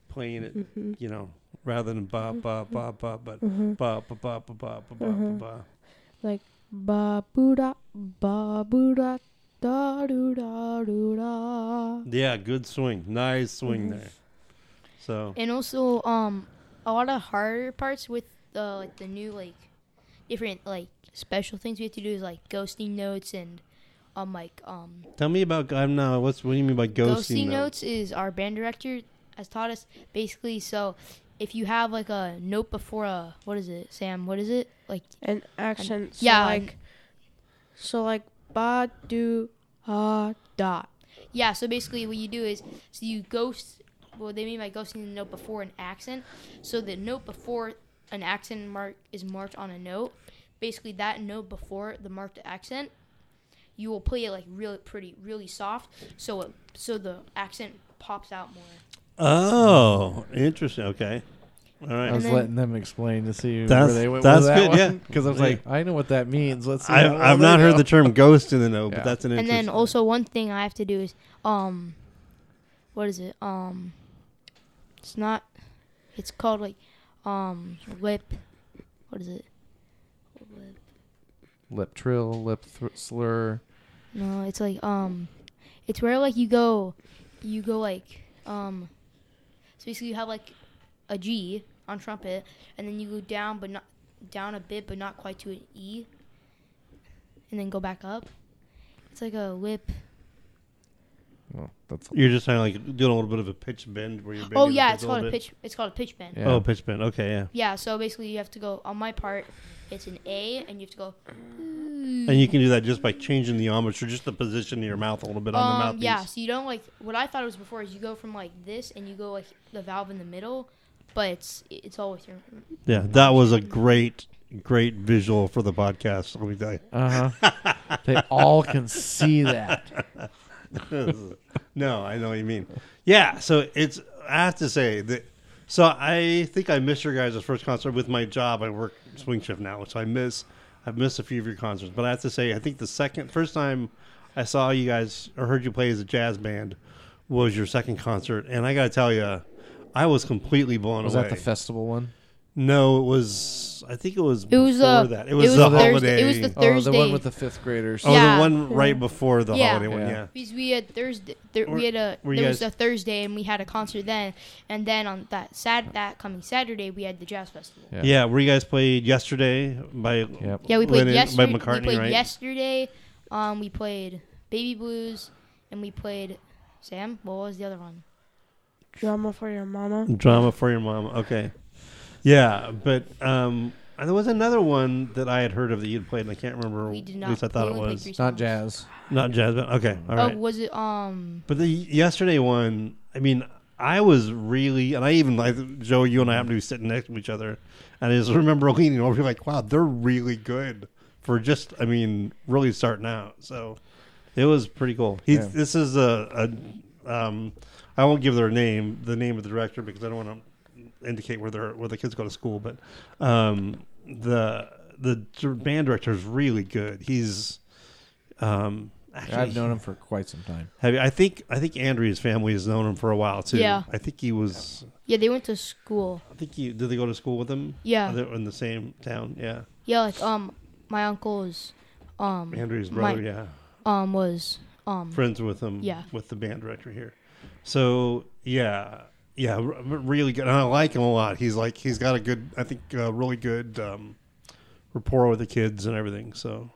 A: playing
D: Mm-hmm.
A: it,
B: Mm-hmm.
A: you know, rather than ba ba ba ba, but ba ba ba ba ba ba ba
D: Mm-hmm.
A: ba.
B: Ba boo da ba boo da da doo da doo da.
A: Yeah, good swing, nice swing
D: Mm-hmm.
A: there. So
D: and also um a lot of harder parts with the like the new like different like special things we have to do is like ghosting notes and um like um
A: tell me about I'm now. What's what do you mean by ghosting,
D: ghosting
A: notes?
D: notes is our band director has taught us basically so if you have like a note before a what is it Sam what is it like
B: And accent. So
D: yeah,
B: Like, so like ba do ha da.
D: Yeah, so basically what you do is so you ghost well they mean by ghosting the note before an accent. So the note before an accent mark is marked on a note, basically that note before the marked accent, you will play it like really pretty, really soft, so it so the accent pops out more.
A: Oh, interesting. Okay, all right.
C: I was
D: then-
C: letting them explain to see
A: That's-
C: where they went
A: that's
C: with that
A: good, yeah.
C: Because I was
A: Yeah.
C: like, I know what that means. Let's see.
A: I,
C: how well
A: I've
C: they
A: not heard
C: go.
A: the term ghost in the note,
C: Yeah.
A: but that's an
D: And
A: interesting.
D: then also one thing I have to do is um what is it? Um it's not it's called like um lip what is it? Lip
C: lip trill, lip thr- slur.
D: No, it's like um, it's where like you go, you go like um, so basically you have like a G on trumpet, and then you go down but not down a bit but not quite to an E, and then go back up. It's like a lip.
C: Well, that's
A: You're just trying to like doing a little bit of a pitch bend where you're.
D: oh
A: bending
D: yeah,
A: your
D: it's
A: pitch
D: called
A: little
D: a
A: bit.
D: pitch. It's called a pitch bend.
C: Yeah.
A: Oh, pitch bend. Okay, yeah.
D: Yeah, so basically you have to go on my part. It's an A, and you have to go.
A: And you can do that just by changing the ombre, just the position of your mouth a little bit on the
D: Um,
A: mouthpiece.
D: yeah, so you don't like what I thought it was before is you go from like this and you go like the valve in the middle, but it's it's always your
A: Yeah, that was a great, great visual for the podcast. Let me tell you.
C: uh huh. they all can see that.
A: no, I know what you mean. Yeah, so it's I have to say that. So I think I missed your guys' first concert with my job. I work swing shift now, so I miss I've missed a few of your concerts. But I have to say, I think the second first time I saw you guys or heard you play as a jazz band was your second concert, and I got to tell you, I was completely blown
C: Was
A: away.
C: that the festival one?
A: no, it was. I think it was.
D: It was
A: before
D: uh,
A: that. It was, the
D: Thurs-
A: holiday.
D: It was the
C: Oh,
D: Thursday.
C: the one with the fifth graders.
A: oh,
D: Yeah. Mm-hmm.
A: the one right before the
D: Yeah.
A: holiday one.
C: Yeah.
A: Yeah.
D: because we had Thursday. Thir-
A: Were-
D: we had a
A: were
D: there
A: you
D: was a
A: guys-
D: Thursday and we had a concert then, and then on that sad that coming Saturday we had the jazz festival.
C: Yeah.
A: Yeah. where you guys played yesterday by
C: Yep.
D: Yeah, we played
A: Lennon-
D: yesterday.
A: by McCartney,
D: we played
A: right?
D: yesterday. Um, we played Baby Blues, and we played Sam. What was the other one?
B: Drama for your mama.
A: Drama for your mom. Okay. Yeah, but um, and there was another one that I had heard of that you'd played, and I can't remember.
D: We did
A: At
D: not.
A: least I thought
D: we
A: it
D: only played
A: was
D: three
C: Not
D: songs.
C: jazz.
A: not jazz, but okay, all
D: Oh,
A: right.
D: was it um?
A: But the yesterday one, I mean, I was really, and I even like Joe, you and I happened to be sitting next to each other, and I just remember leaning over, like, wow, they're really good for just, I mean, really starting out. So it was pretty cool. He,
C: Yeah.
A: This is a, a um, I won't give their name, the name of the director, because I don't want to indicate where they're where the kids go to school, but um, the the band director is really good. He's um, actually,
C: I've known him for quite some time.
A: have you, I think I think Andrea's family has known him for a while too.
D: Yeah.
A: I think he was.
D: Yeah, they went to school.
A: I think he did. They go to school with him.
D: Yeah.
A: Are they in the same town. Yeah,
D: Yeah, like um, my uncle's um
A: Andrea's
D: my-
A: brother. yeah,
D: um was um
A: friends with him.
D: Yeah.
A: with the band director here. So yeah, yeah, r- r- really good. And I like him a lot. He's like he's got a good. I think uh, really good um, rapport with the kids and everything. So,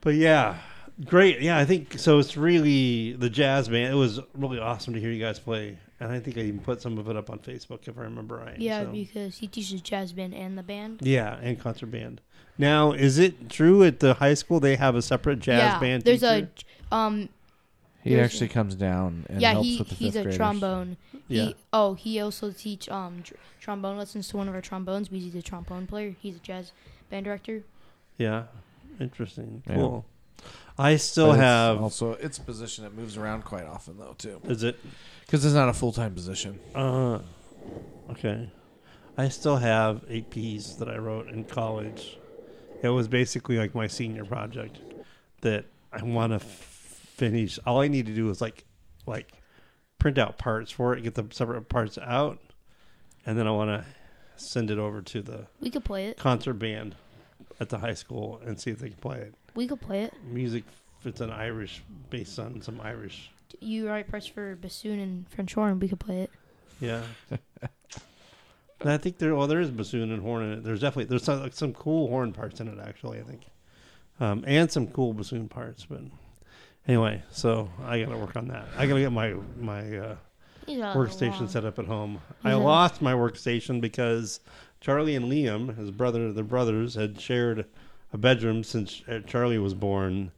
A: but yeah. Great, yeah. I think so. It's really the jazz band. It was really awesome to hear you guys play, and I think I even put some of it up on Facebook if I remember right.
D: yeah
A: so.
D: because he teaches jazz band and the band.
A: Yeah, and concert band. Now, is it true at the high school they have a separate jazz
D: yeah,
A: band?
D: there's
A: teacher?
D: a um
C: He
D: There's-
C: actually comes down and
D: yeah
C: helps
D: he
C: with the
D: he's
C: fifth
D: a
C: graders.
D: trombone.
A: Yeah.
D: He, oh, he also teach um tr- trombone lessons to one of our trombones because he's a trombone player. He's a jazz band director.
A: yeah, interesting,
C: Yeah.
A: cool. I still
C: But it's
A: have.
C: also it's a position that moves around quite often though too,
A: Is it?
C: because it's not a full time position.
A: Uh, okay. I still have APs that I wrote in college. It was basically like my senior project that I want to f- finish. All I need to do is like, like, print out parts for it, get the separate parts out, and then I want to send it over to the
D: We could play it.
A: concert band at the high school and see if they can play it.
D: We could play it.
A: Music, it's an Irish, based on some Irish.
D: You write parts for bassoon and French horn. We could play it.
A: Yeah. and I think there, well, there is bassoon and horn in it. There's definitely, there's some, like, some cool horn parts in it, actually, I think. Um, and some cool bassoon parts, but anyway, so I got to work on that. I got to get my, my, uh,
D: He's not
A: workstation
D: long.
A: set up at home. I
D: Yeah.
A: lost my workstation because Charlie and Liam, his brother, the brothers, had shared a bedroom since uh, Charlie was born,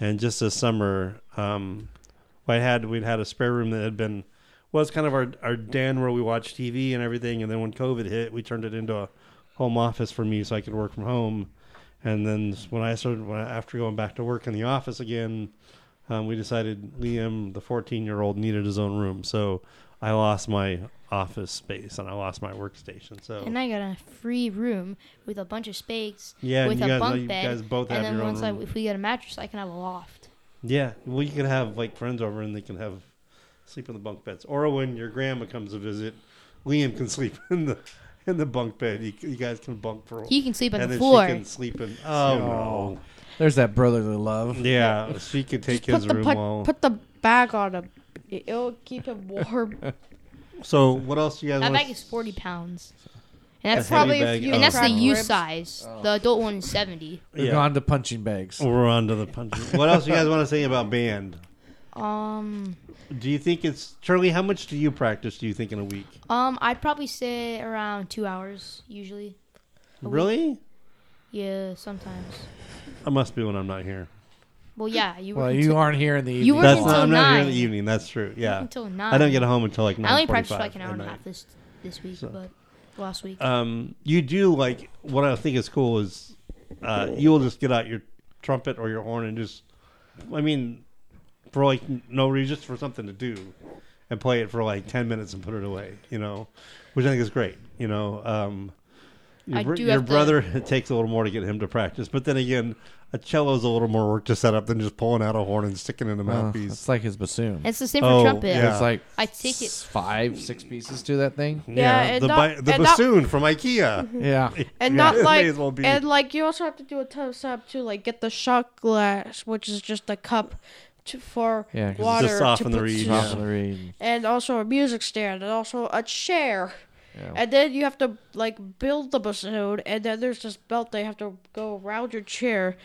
A: and just this summer, um, I had we'd had a spare room that had been was kind of our our den where we watched TV and everything, and then when COVID hit, we turned it into a home office for me so I could work from home. And then when I started, when I, after going back to work in the office again, um, we decided Liam, the 14 year old, needed his own room. So I lost my office space and I lost my workstation. So
D: And I got a free room with a bunch of space
A: yeah, and
D: with
A: you
D: a
A: guys,
D: bunk
A: you
D: bed.
A: guys both
D: and
A: have
D: then
A: your own
D: once I,
A: room.
D: if we get a mattress, I can have a loft.
A: Yeah, well, you can have like friends over and they can have sleep in the bunk beds, or when your grandma comes to visit, Liam can sleep in the in the bunk bed. You, you guys can bunk for
D: He can sleep on
A: and
D: the
A: then
D: floor.
A: she can sleep in. Oh no.
C: There's that brotherly love.
A: Yeah, she could take
B: Just
A: his
B: put the
A: room
B: put,
A: while.
B: put the bag on him. It- It'll keep him warm.
A: so what else you guys?
D: That
A: wanna
D: bag
A: s-
D: is forty pounds,
A: A
D: and that's
A: heavy
D: probably
A: bag,
B: few
A: oh.
D: and that's the
B: crab
D: youth
B: ribs.
D: size. The adult one is seventy.
C: We've
A: Yeah.
C: gone to punching bags.
A: We're on to the punch. what else you guys want to say about band?
D: Um,
A: Do you think it's Charlie? How much do you practice? Do you think in a week?
D: um, I'd probably say around two hours usually. A week.
A: Really?
D: Yeah, sometimes.
A: I must be when I'm not here.
D: Well, yeah, you work
C: Well,
D: until,
C: you aren't here in the evening.
D: You work
A: That's
D: until
A: not, I'm not here in the
D: nine.
A: evening. That's true.
D: work
A: Yeah,
D: until nine.
A: I don't get home until like nine.
D: I only practiced for like an hour
A: at
D: and a
A: night.
D: half this this week,
A: So-
D: but last week.
A: um, you do like what I think is cool is uh, you will just get out your trumpet or your horn and just, I mean, for like no reason, just for something to do, and play it for like ten minutes and put it away. You know, which I think is great. You know, um, your,
D: I
A: br-
D: do
A: your
D: have to-
A: brother it takes a little more to get him to practice, but then again, a cello's a little more work to set up than just pulling out a horn and sticking it in a
C: Well,
A: mouthpiece.
C: it's like his bassoon.
D: it's the same for
A: oh,
D: trumpet.
A: yeah.
C: It's like
D: I take it-
C: s- five, six pieces to that thing.
B: Yeah, and
A: the,
B: not-
A: bi- the
B: and not-
A: bassoon from IKEA.
B: And
C: Yeah.
A: Mm-hmm. Yeah,
B: not
A: it may
B: like,
A: as well be.
B: and like you also have to do a ton of setup too. Like get the shot glass, which is just a cup to, for
C: Yeah, 'cause it's
B: water
A: just soften
B: to
A: the
B: put-
A: reed,
B: to-
A: yeah.
C: Top of the reed.
B: and also a music stand, and also a chair.
C: Yeah.
B: And then you have to like build the bassoon, and then there's this belt that you have to go around your chair,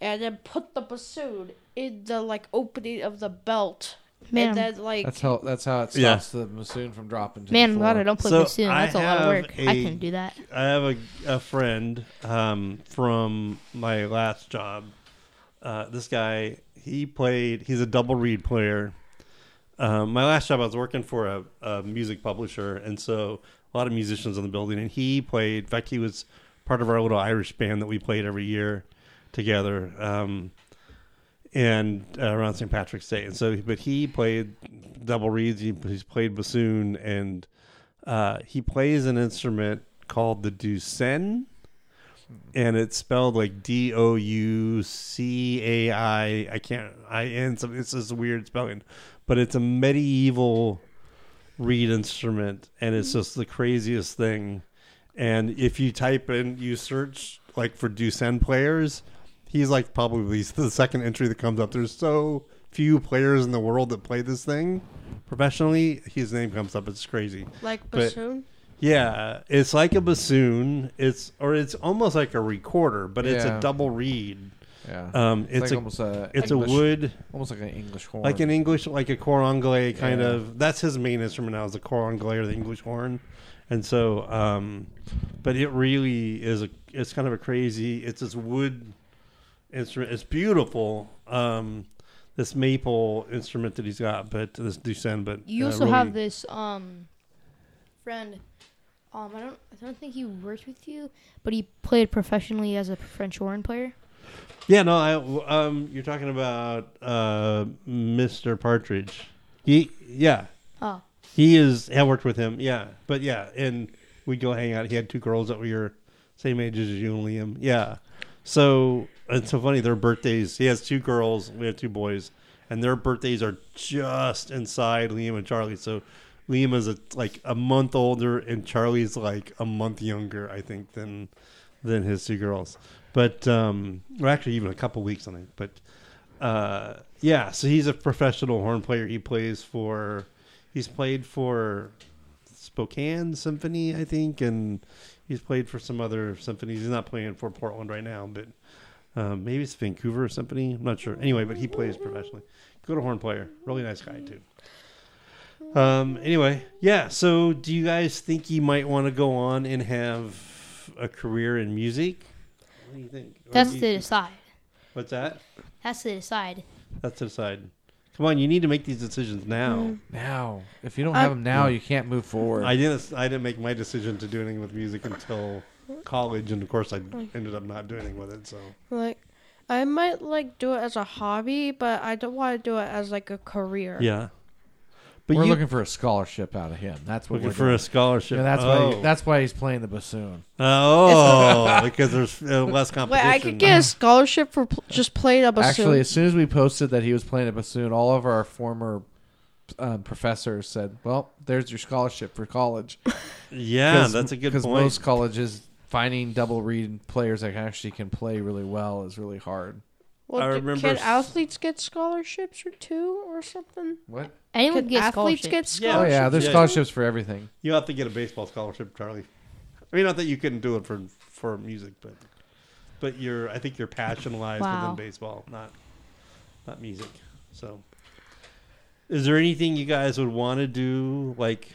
B: and then put the bassoon in the like opening of the belt,
D: Man,
B: and then like
C: That's how that's how it
A: Yeah.
C: stops the bassoon from dropping. To
D: Man,
C: the
D: I'm
C: floor.
D: glad I don't play
A: So,
D: bassoon.
A: I
D: That's a lot of
A: have
D: work. I
A: a- uh,
D: couldn't do that.
A: I have a, a friend um, from my last job. Uh, this guy, he played, he's a double reed player. Um, my last job, I was working for a, a music publisher, and so a lot of musicians in the building. And he played, in fact, he was part of our little Irish band that we played every year together. Um, and uh, around St. Patrick's Day, and so, but he played double reeds. He, he's played bassoon, and uh, he plays an instrument called the Doucen, and it's spelled like D O U C A I. I can't I N. Some it's this weird spelling, but it's a medieval reed instrument, and it's just the craziest thing. And if you type in, you search like for Doucen players, he's like probably the second entry that comes up. There's so few players in the world that play this thing professionally. His name comes up. It's crazy.
B: like
A: but-
B: bassoon.
A: Yeah, it's like a bassoon. It's or it's almost like a recorder, but it's
C: Yeah.
A: a double reed.
C: Yeah.
A: Um,
C: it's,
A: it's
C: like
A: a
C: almost a.
A: it's
C: English,
A: a wood,
C: Almost like an English horn.
A: like an English, like a cor anglais kind
C: Yeah.
A: of. That's his main instrument now is the cor anglais or the English horn, and so. Um, but it really is a. It's kind of a crazy. It's this wood instrument. It's beautiful. Um, this maple instrument that he's got, but this Duchenne, but
D: You
A: uh,
D: also have
A: really-
D: this um friend. Um, I don't, I don't think he works with you, but he played professionally as a French horn player.
A: Yeah, no, I um, you're talking about uh, Mr. Partridge. He, yeah,
D: Oh,
A: he is. I worked with him. Yeah, but yeah, and we'd go hang out. He had two girls that were same age as you and Liam. Yeah, so it's so funny. Their birthdays. He has two girls. We have two boys, and their birthdays are just inside Liam and Charlie. So Liam is a, like a month older, and Charlie's like a month younger. I think than than his two girls. But um, well, actually, even a couple weeks, I think. But uh, yeah, so he's a professional horn player. He plays for, he's played for Spokane Symphony, I think, and he's played for some other symphonies. He's not playing for Portland right now, but um, maybe it's Vancouver Symphony. I'm not sure. Anyway, but he plays professionally. Good horn player, really nice guy too. Um. Anyway, yeah. So, do you guys think you might want to go on and have a career in music? What do you think? Or
D: that's
A: do
D: to
A: you-
D: decide.
A: What's that?
D: That's to decide.
A: That's aside. Come on, you need to make these decisions now.
C: now. If you don't have them now, you can't move forward.
A: I didn't. I didn't make my decision to do anything with music until college, and of course, I ended up not doing anything with it. So
B: Like I might like do it as a hobby, but I don't want to do it as like a career.
A: yeah, but
C: we're
A: you
C: looking for a scholarship out of him. That's what
A: looking
C: we're
A: for a
C: doing.
A: scholarship.
C: Yeah, that's
A: oh.
C: why. That's why he's playing the bassoon.
A: oh, because there's uh, less
B: Wait,
A: competition.
B: I could get a scholarship for pl- just playing a bassoon.
C: Actually, as soon as we posted that he was playing a bassoon, all of our former um, professor said, "Well, there's your scholarship for college."
E: Yeah, Ah, that's a good
C: Because
E: point.
C: most colleges finding double read players that actually can play really well is really hard.
B: Well,
E: I
B: do-
E: remember
B: can
E: s-
B: athletes get scholarships or two or something?
C: What?
D: Anyone
B: Can
D: can get
B: athletes
D: scholarships.
B: get
E: Yeah.
C: Oh
B: scholarships?
C: yeah, there's
E: Yeah.
C: scholarships for everything.
A: You have to get a baseball scholarship, Charlie. I mean, not that you couldn't do it for for music, but but your I think your passion lies
D: Wow.
A: within baseball, not not music. So, is there anything you guys would want to do like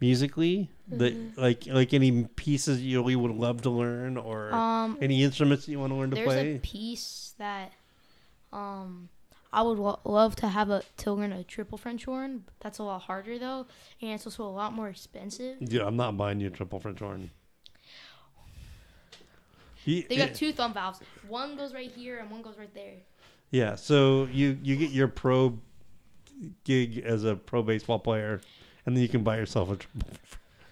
A: musically that
D: Mm-hmm.
A: like like any pieces you really would love to learn or
D: um,
A: any instruments you want to learn to
D: there's a
A: play?
D: piece that um I would lo- love to have a Tilgren a triple French horn. That's a lot harder though, and it's also a lot more expensive.
A: Dude, I'm not buying you a triple French horn. You-
D: They got two thumb valves. One goes right here and one goes right there.
A: Yeah, so you you get your pro gig as a pro baseball player, and then you can buy yourself a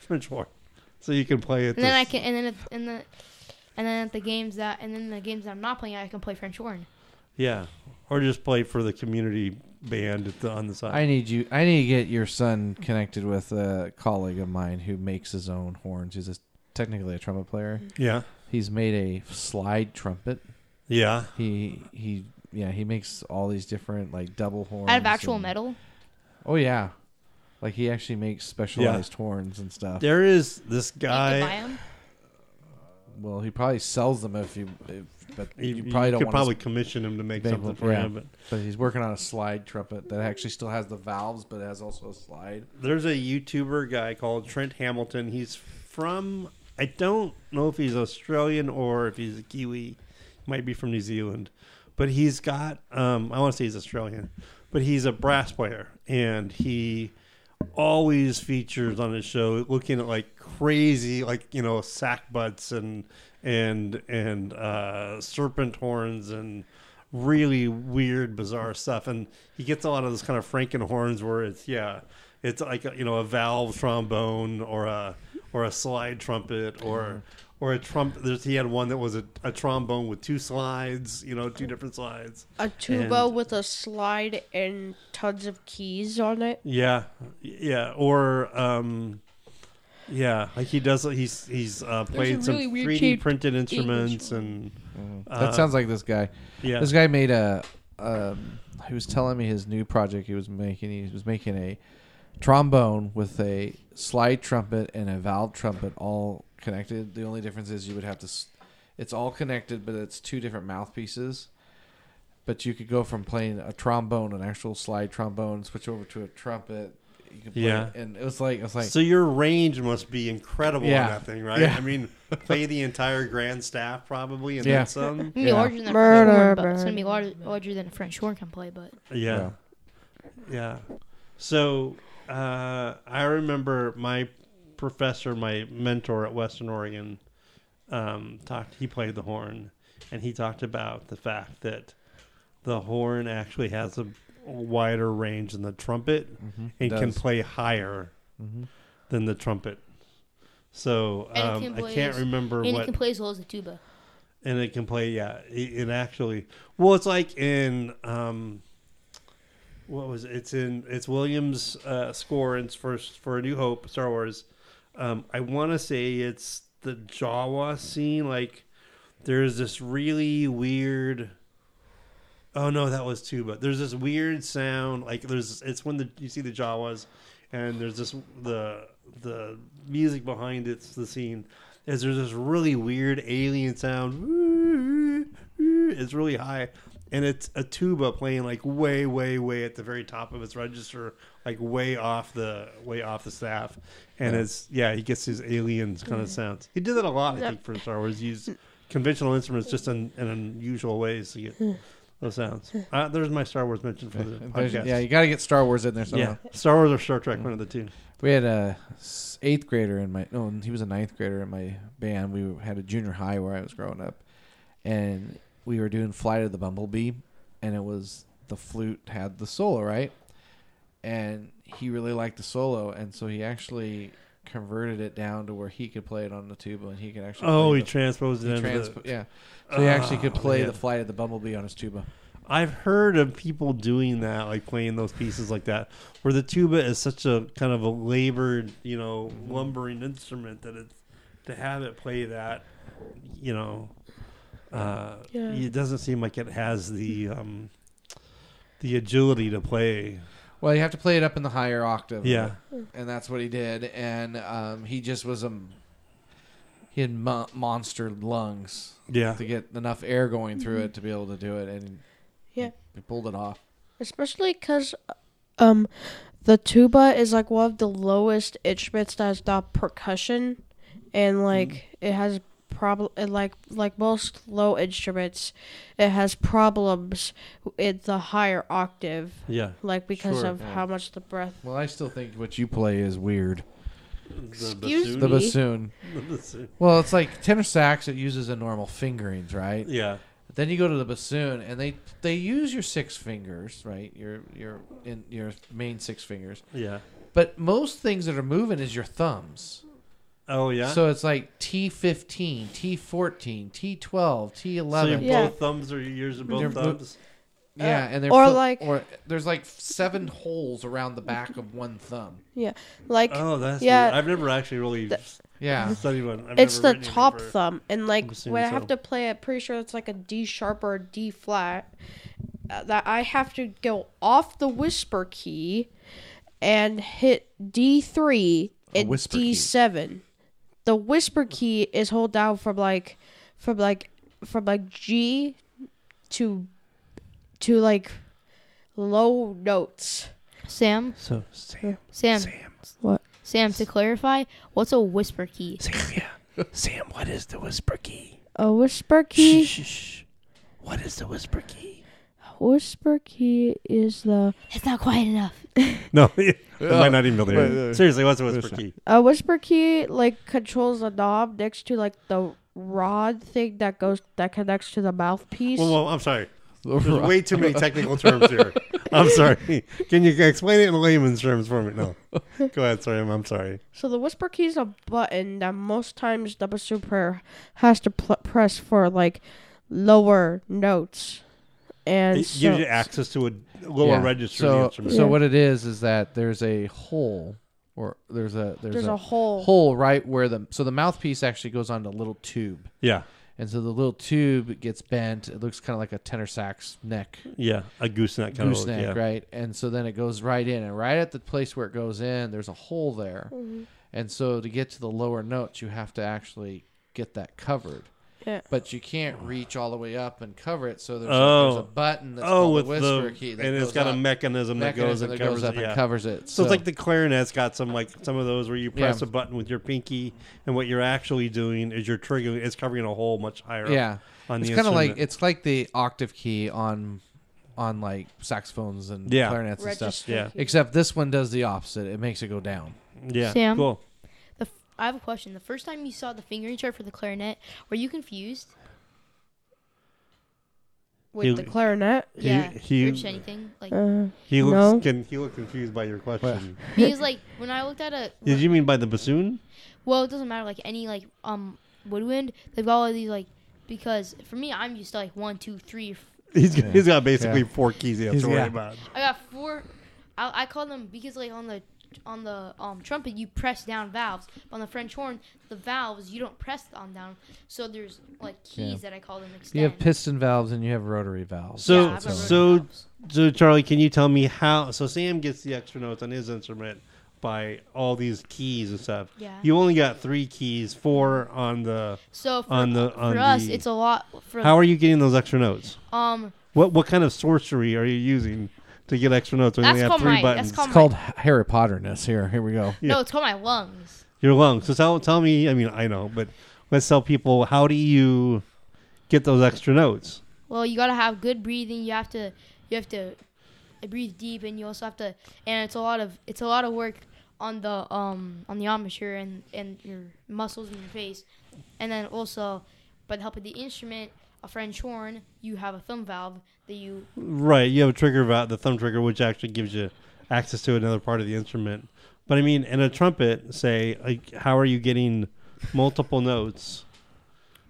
A: French horn, so you can play it.
D: And then I can and then at, and the and then at the games that and then the games that I'm not playing, I can play French horn.
A: yeah, or just play for the community band at the, on the side.
C: I need you. I need to get your son connected with a colleague of mine who makes his own horns. He's a, technically a trumpet player.
D: Mm-hmm.
A: yeah,
C: He's made a slide trumpet.
A: yeah,
C: He he yeah he makes all these different like double horns
D: Out of actual
C: and-
D: metal.
C: Oh yeah, like he actually makes specialized horns and stuff.
A: there is this
D: you
A: guy.
D: can buy them.
C: Well, he probably sells them if you, if, but
A: You,
C: you, probably don't
A: could
C: want.
A: probably commission him to make
C: They
A: something
C: will-
A: for
C: yeah.
A: him. But
C: but he's working on a slide trumpet that actually still has the valves, but it has also a slide.
A: there's a YouTuber guy called Trent Hamilton. He's from I don't know if he's Australian or if he's a Kiwi. He might be from New Zealand, but he's got um, I want to say he's Australian, but he's a brass player and he always features on his show looking at like crazy like you know sack butts and and and uh, serpent horns and really weird bizarre stuff and he gets a lot of this kind of frankenhorns where it's yeah it's like a, you know a valve trombone or a or a slide trumpet or or a trump there's he had one that was a, a trombone with two slides you know two different slides
B: A tuba
A: And-
B: with a slide and tons of keys on it.
A: Yeah, yeah, or um, yeah, like he does. He's he's uh, played some
B: really weird
A: three D
B: shaped
A: printed instruments and
C: that sounds like this guy.
A: Uh, yeah,
C: This guy made a. Um, he was telling me his new project. He was making. He was making a trombone with a slide trumpet and a valve trumpet all connected. The only difference is you would have to. s- It's all connected, but it's two different mouthpieces. But you could go from playing a trombone, an actual slide trombone, switch over to a trumpet. You could play
A: Yeah.
C: it, and it was like it was like
A: so your range must be incredible
C: Yeah.
A: on that thing, right?
C: Yeah.
A: I mean, play the entire grand staff probably and
C: Yeah.
A: then some.
D: It's gonna be
C: Yeah.
D: larger than a French
B: Murder
D: horn, but it's
B: bird.
D: gonna be larger, larger than a French horn can play. But
A: Yeah. Yeah. So uh, I remember my professor, my mentor at Western Oregon, um, talked. He played the horn, and he talked about the fact that the horn actually has a wider range than the trumpet
C: Mhm.
A: and can
C: Does.
A: play higher
C: Mhm.
A: than the trumpet. So
D: And it
A: um,
D: can
A: I
D: play
A: can't
D: as-
A: remember
D: and
A: what
D: it can play as well as the tuba.
A: and it can play yeah i- and actually well it's like in um what was it? it's in it's williams uh score in first for a new hope star wars um i want to say it's the jawa scene like there's this really weird oh no that was tuba there's this weird sound like there's it's when the you see the jawas and there's this the the music behind it's the scene is there's this really weird alien sound it's really high and it's a tuba playing like way way way at the very top of its register like way off the way off the staff and it's yeah he gets these aliens kind of sounds he did that a lot i think for star wars he used conventional instruments just in, in unusual ways to get those sounds uh, there's my star wars mention for the
C: There's-
A: podcast
C: yeah, you Mm. got to get Star Wars in there somehow.
A: yeah, Star Wars or Star Trek, one of the two.
C: We had a s- eighth grader in my no, he was a ninth grader in my band. We had a junior high where I was growing up, and we were doing Flight of the Bumblebee, and it was the flute had the solo right, and he really liked the solo, and so he actually converted it down to where he could play it on the tuba, and he could actually
A: Oh,
C: play
A: he
C: the-
A: transposed it
C: he
A: into
C: trans-
A: the,
C: yeah, so he actually could
A: Oh,
C: play
A: man.
C: the Flight of the Bumblebee on his tuba.
A: I've heard of people doing that, like playing those pieces like that, where the tuba is such a kind of a labored, you know, lumbering instrument that it's to have it play that, you know, uh,
B: Yeah.
A: it doesn't seem like it has the um, the agility to play.
C: Well, you have to play it up in the higher octave.
A: Yeah,
C: and that's what he did. And um, he just was a he had mo- monster lungs
A: yeah,
C: to get enough air going through it to be able to do it, and
B: Yeah.
C: he pulled it off.
B: Especially because um, the tuba is like one of the lowest instruments that has not percussion, and like it has problem like like most low instruments, it has problems in the higher octave,
A: yeah.
B: like because
A: Sure,
B: of
C: yeah.
B: how much the breath.
C: Well, I still think what you play is weird.
B: Excuse
C: The
A: bassoon-
B: The
C: bassoon.
A: the bassoon.
C: Well, it's like tenor sax. It uses the normal fingerings, right?
A: Yeah,
C: Then you go to the bassoon, and they they use your six fingers, right? Your your in your main six fingers.
A: yeah.
C: But most things that are moving is your thumbs.
A: Oh yeah.
C: So it's like T fifteen, T fourteen, T twelve, T
A: So your
C: eleven.
B: you- Yeah.
A: both thumbs are yours are
C: They're
A: both
C: bo-
A: thumbs.
C: yeah, and they're
B: or
C: fil-
B: like-
C: or there's like seven holes around the back of one thumb.
B: Like
A: Oh, that's
B: Yeah.
A: yeah. I've never actually really
B: The-
C: Yeah,
A: studied one. I've
B: it's
A: never
B: the
A: written anything
B: top
A: for-
B: thumb, and
A: I'm
B: like
A: assuming
B: when I
A: so.
B: have to play it, pretty sure it's like a D sharp or a D flat. uh, That I have to go off the whisper key, and hit D three
C: A
B: and
C: whisper key.
B: D seven. The whisper key is hold down from like, from like, from like G, to, to like, low notes.
D: Sam,
A: So Sam,
D: Sam,
A: Sam,
D: Sam. To clarify, what's a whisper key?
A: Sam, yeah, Sam. What is the whisper key?
B: A whisper key.
A: shh, shh. What is the whisper key?
B: Whisper key is the
D: It's not quiet enough.
A: No, I might not even be able to
C: Wait,
A: hear.
C: wait.
A: it. Seriously, what's a whisper key?
B: A uh, whisper key like controls the knob next to like the rod thing that goes that connects to the mouthpiece.
A: Well, well, I'm sorry. There's way too many technical terms here. I'm sorry. Can you explain it in layman's terms for me? No. Go ahead. Sorry, I'm, I'm sorry.
B: so the whisper key is a button that most times the bassoon player has to pl- press for like lower notes. And
A: It
B: so,
A: gives you access to a lower
C: Yeah.
A: register of the
C: So
A: instrument.
C: so
B: Yeah.
C: what it is is that there's a hole, or there's a there's,
B: there's
C: a,
B: a hole.
C: hole right where the so the mouthpiece actually goes on a little tube,
A: yeah,
C: and so the little tube gets bent. It looks kind of like a tenor sax neck.
A: yeah, a gooseneck kind
C: gooseneck,
A: of look, yeah.
C: right? And so then it goes right in, and right at the place where it goes in, there's a hole there. And so to get to the lower notes, you have to actually get that covered.
B: Yeah.
C: But you can't reach all the way up and cover it. So there's, a,
A: Oh.
C: there's a button that's
A: Oh,
C: called
A: with
C: the whisper
A: the
C: key that
A: and it's
C: goes
A: got
C: up,
A: a mechanism, that goes
C: mechanism
A: and
C: that
A: covers
C: goes up
A: it. Yeah.
C: and covers it.
A: So, it's like the clarinet's got some like some of those where you press
C: Yeah.
A: a button with your pinky, and what you're actually doing is you're triggering. It's covering a hole much higher. up
C: yeah,
A: on
C: it's
A: the
C: kind of like
A: instrument.
C: it's like the octave key on on like saxophones and
A: Yeah.
C: clarinets and stuff.
B: register
A: yeah.
B: key.
C: Except this one does the opposite. It makes it go down.
A: yeah,
D: Sam?
A: cool.
D: The f- I have a question. The first time you saw the fingering chart for the clarinet, were you confused?
B: with
A: He-
B: the clarinet.
A: He-
D: yeah.
A: he-
D: Rich, anything like
B: Uh,
A: He looks
B: No.
A: can he look confused by your question?
D: because like when I looked at a
A: Did you mean by the bassoon?
D: well, it doesn't matter like any like um woodwind. They've got all these like because for me, I'm used to like one, two, three. F-
A: He's got, he's got basically
C: Yeah.
A: four keys he has
C: He's-
A: to worry
C: yeah.
A: about.
D: I got four. I, I call them because like on the on the um, trumpet you press down valves. But on the French horn, the valves you don't press on down. So there's like keys
C: Yeah.
D: that I call them
C: You
D: extend.
C: have piston valves and you have rotary valves.
A: So-
D: I have a rotary
A: so-
D: valves.
A: So Charlie, can you tell me how? So Sam gets the extra notes on his instrument by all these keys and stuff.
D: Yeah.
A: You only got three keys, four on the.
D: so for,
A: on the-
D: for
A: on
D: us,
A: the-
D: it's a lot. For
A: How are you getting those extra notes?
D: um.
A: What what kind of sorcery are you using to get extra notes when
D: That's
A: you have
D: called
A: three
D: my- that's
A: buttons?
D: called-
C: It's called Harry Potterness. Here, here we go.
A: Yeah.
D: No, it's called my lungs.
A: Your lungs. So tell tell me. I mean, I know, but let's tell people how do you get those extra notes?
D: Well, you gotta have good breathing. You have to, you have to uh, breathe deep, and you also have to. And it's a lot of it's a lot of work on the um on the armature and and your muscles in your face, and then also by the help of the instrument, a French horn, you have a thumb valve that you.
A: Right. You have a trigger about the thumb trigger, which actually gives you access to another part of the instrument. But I mean, in a trumpet, say, like, how are you getting multiple notes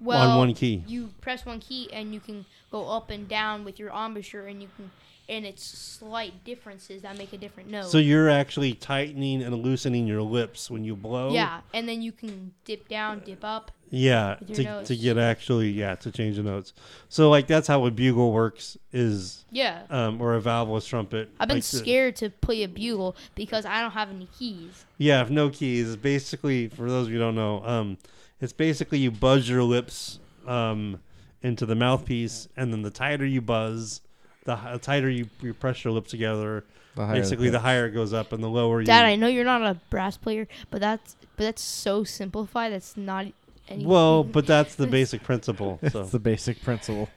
D: Well,
A: on one key.
D: you press one key and you can go up and down with your embouchure, and you can, and it's slight differences that make a different note.
A: So you're actually tightening and loosening your lips when you blow.
D: yeah, and then you can dip down, dip up.
A: Yeah,
D: With your
A: to,
D: notes.
A: to get actually, yeah, to change the notes. So like that's how a bugle works is,
D: Yeah,
A: um, or a valveless trumpet.
D: I've been
A: like the-
D: scared to play a bugle because I don't have any keys.
A: yeah, if no keys, it's basically for those of you who don't know, um, it's basically you buzz your lips um, into the mouthpiece, and then the tighter you buzz, the hi- tighter you, you press your lips together.
C: The higher
A: Basically, the
C: pitch.
A: higher it goes up, and the lower you.
D: Dad, I know you're not a brass player, but that's but that's so simplified. That's not. Anything.
A: well, but that's the basic principle. So
C: It's the basic principle.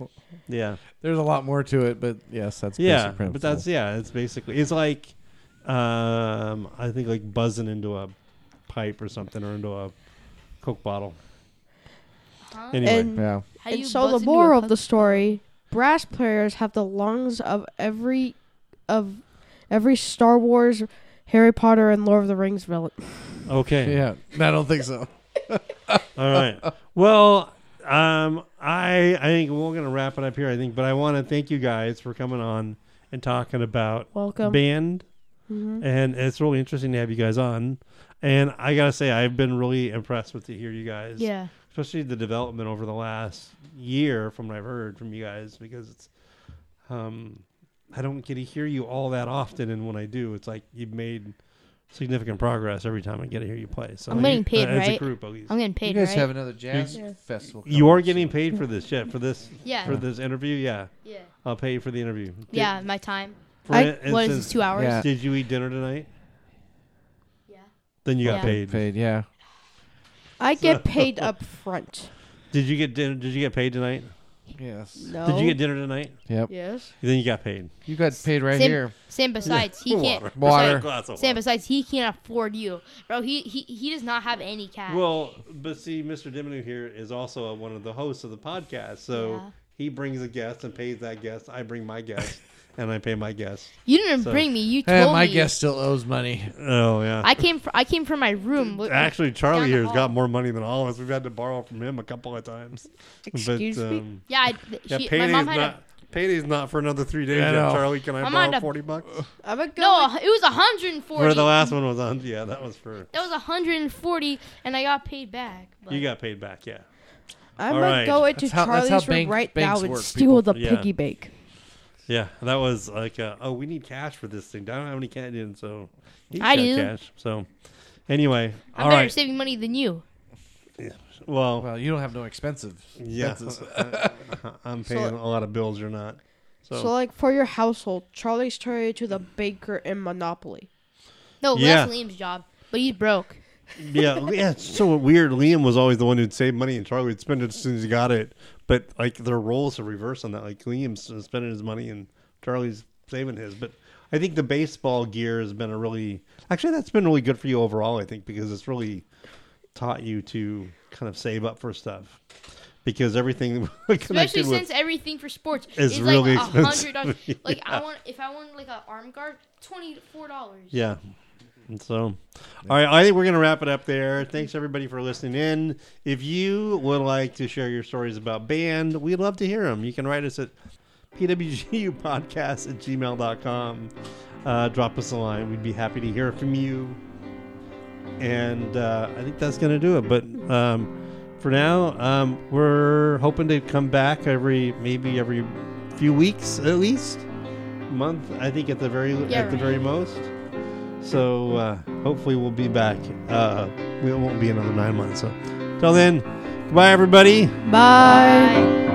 A: yeah.
C: There's a lot more to it, but yes, that's
A: yeah,
C: basic principle.
A: but that's yeah. It's basically it's like um, I think like buzzing into a pipe or something or into a coke bottle.
D: Huh?
A: Anyway,
B: And-
C: yeah.
D: How
B: and
D: you
B: so the
D: buzz into a
B: moral of
D: hook-
B: the story: brass players have the lungs of every of every Star Wars, Harry Potter, and Lord of the Rings villain.
A: okay,
C: Yeah, I don't think so.
A: all right. Well, um, I I think we're gonna wrap it up here. I think, but I want to thank you guys for coming on and talking about
B: Welcome.
A: band,
B: Mhm.
A: and it's really interesting to have you guys on. And I gotta say, I've been really impressed with to hear you guys.
D: Yeah.
A: especially the development over the last year from what I've heard from you guys because it's um I don't get to hear you all that often and when I do it's like you've made significant progress every time I get to hear you play. So
D: I'm getting
A: you-
D: paid,
A: uh, as a
D: right?
A: group at least.
D: I'm getting
C: You
D: paid,
C: guys
D: right?
C: have another jazz
B: Yeah.
C: festival.
A: you are
C: coming
A: getting
C: soon.
A: paid for this shit for this
D: yeah.
A: for this interview, yeah.
D: Yeah.
A: I'll pay you for the interview. Did-
D: Yeah. My time.
A: For
B: I-
A: in-
D: what is
A: instance,
D: this? Two hours.
C: Yeah.
A: Did you eat dinner tonight?
D: yeah.
A: Then you got
D: Yeah.
A: paid.
C: Paid, yeah.
B: I get paid up front.
A: Did you get dinner? Did you get paid tonight?
C: Yes.
B: No.
D: Oh.
A: Did you get dinner tonight?
C: Yep.
B: Yes.
A: Then you got paid.
C: You got paid right
D: Sim-
C: here.
D: Sam, besides, he can't.
A: Water.
C: Water.
A: Glass of
D: Sam,
A: water.
D: besides, he can't afford you, bro. He he, he does not have any cash.
A: Well, but see, Mr. Diminu here is also one of the hosts of the podcast, so
D: Yeah.
A: he brings a guest and pays that guest. I bring my guest and I pay my guest.
D: you didn't
A: so-
D: bring me. You
C: Hey,
D: told
C: Eh, my
D: me.
C: guest still owes money.
A: Oh yeah.
D: I came. Fr- I came from my room. What-
A: Actually, Charlie
D: Down the
A: here has got
D: hall.
A: more money than all of us. We've had to borrow from him a couple of times.
B: Excuse
A: but,
B: me?
A: Um,
D: yeah. I, th-
A: yeah,
D: she, my
A: payday's
D: mom had.
A: not.
D: a,
A: Payday's not for another three days
C: I
A: yet,
C: know.
A: Charlie. Can I
D: I'm
A: borrow
D: on a-
A: forty bucks?
B: I'm a
D: no,
B: go.
D: a- it was 140.
A: Where the last one was on. Yeah, that was for.
D: That was 140, and I got paid back. But
A: You got paid back. Yeah.
B: I'm
A: all
B: gonna
A: right.
B: go into
C: That's how- that's
B: Charlie's
C: how
B: room
C: bank-
B: right now
C: banks
B: and
C: work,
B: steal the
A: Yeah.
B: piggy bank.
A: Yeah, that was like, uh, oh, we need cash for this thing. I don't have any cash in, so he's
D: I
A: got
D: do.
A: Cash. So, anyway,
D: I'm
A: all
D: better
A: right.
D: saving money than you.
A: well,
C: Well, you don't have no expensive.
A: yeah,
C: expenses.
A: uh, I'm paying a lot of bills. You're not. So,
B: So, like for your household, Charlie's turned into the baker in Monopoly.
D: No,
A: Yeah.
D: that's Liam's job, but he's broke.
A: yeah, yeah. It's so weird. Liam was always the one who'd save money, and Charlie would spend it as soon as he got it. But like their roles are reversed on that. Like Liam's spending his money, and Charlie's saving his. But I think the baseball gear has been a really actually that's been really good for you overall. I think because it's really taught you to kind of save up for stuff because everything
D: Especially
A: connected
D: since
A: with
D: everything for sports
A: It's
D: is
A: really
D: like a hundred dollars.
A: expensive.
D: Like I want, if I want like an arm guard, twenty four dollars.
A: yeah. And so, all right, I think we're going to wrap it up there. Thanks everybody for listening in. If you would like to share your stories about band, we'd love to hear them. You can write us at pwgupodcast at gmail.com. Uh, drop us a line. We'd be happy to hear from you. And uh, I think that's going to do it. But um, for now, um, we're hoping to come back every maybe every few weeks at least month. I think at the very
D: Yeah,
A: at the
D: right.
A: very most. So uh, hopefully we'll be back. Uh, we won't be another nine months. So till then, goodbye everybody.
B: Bye.
D: Bye.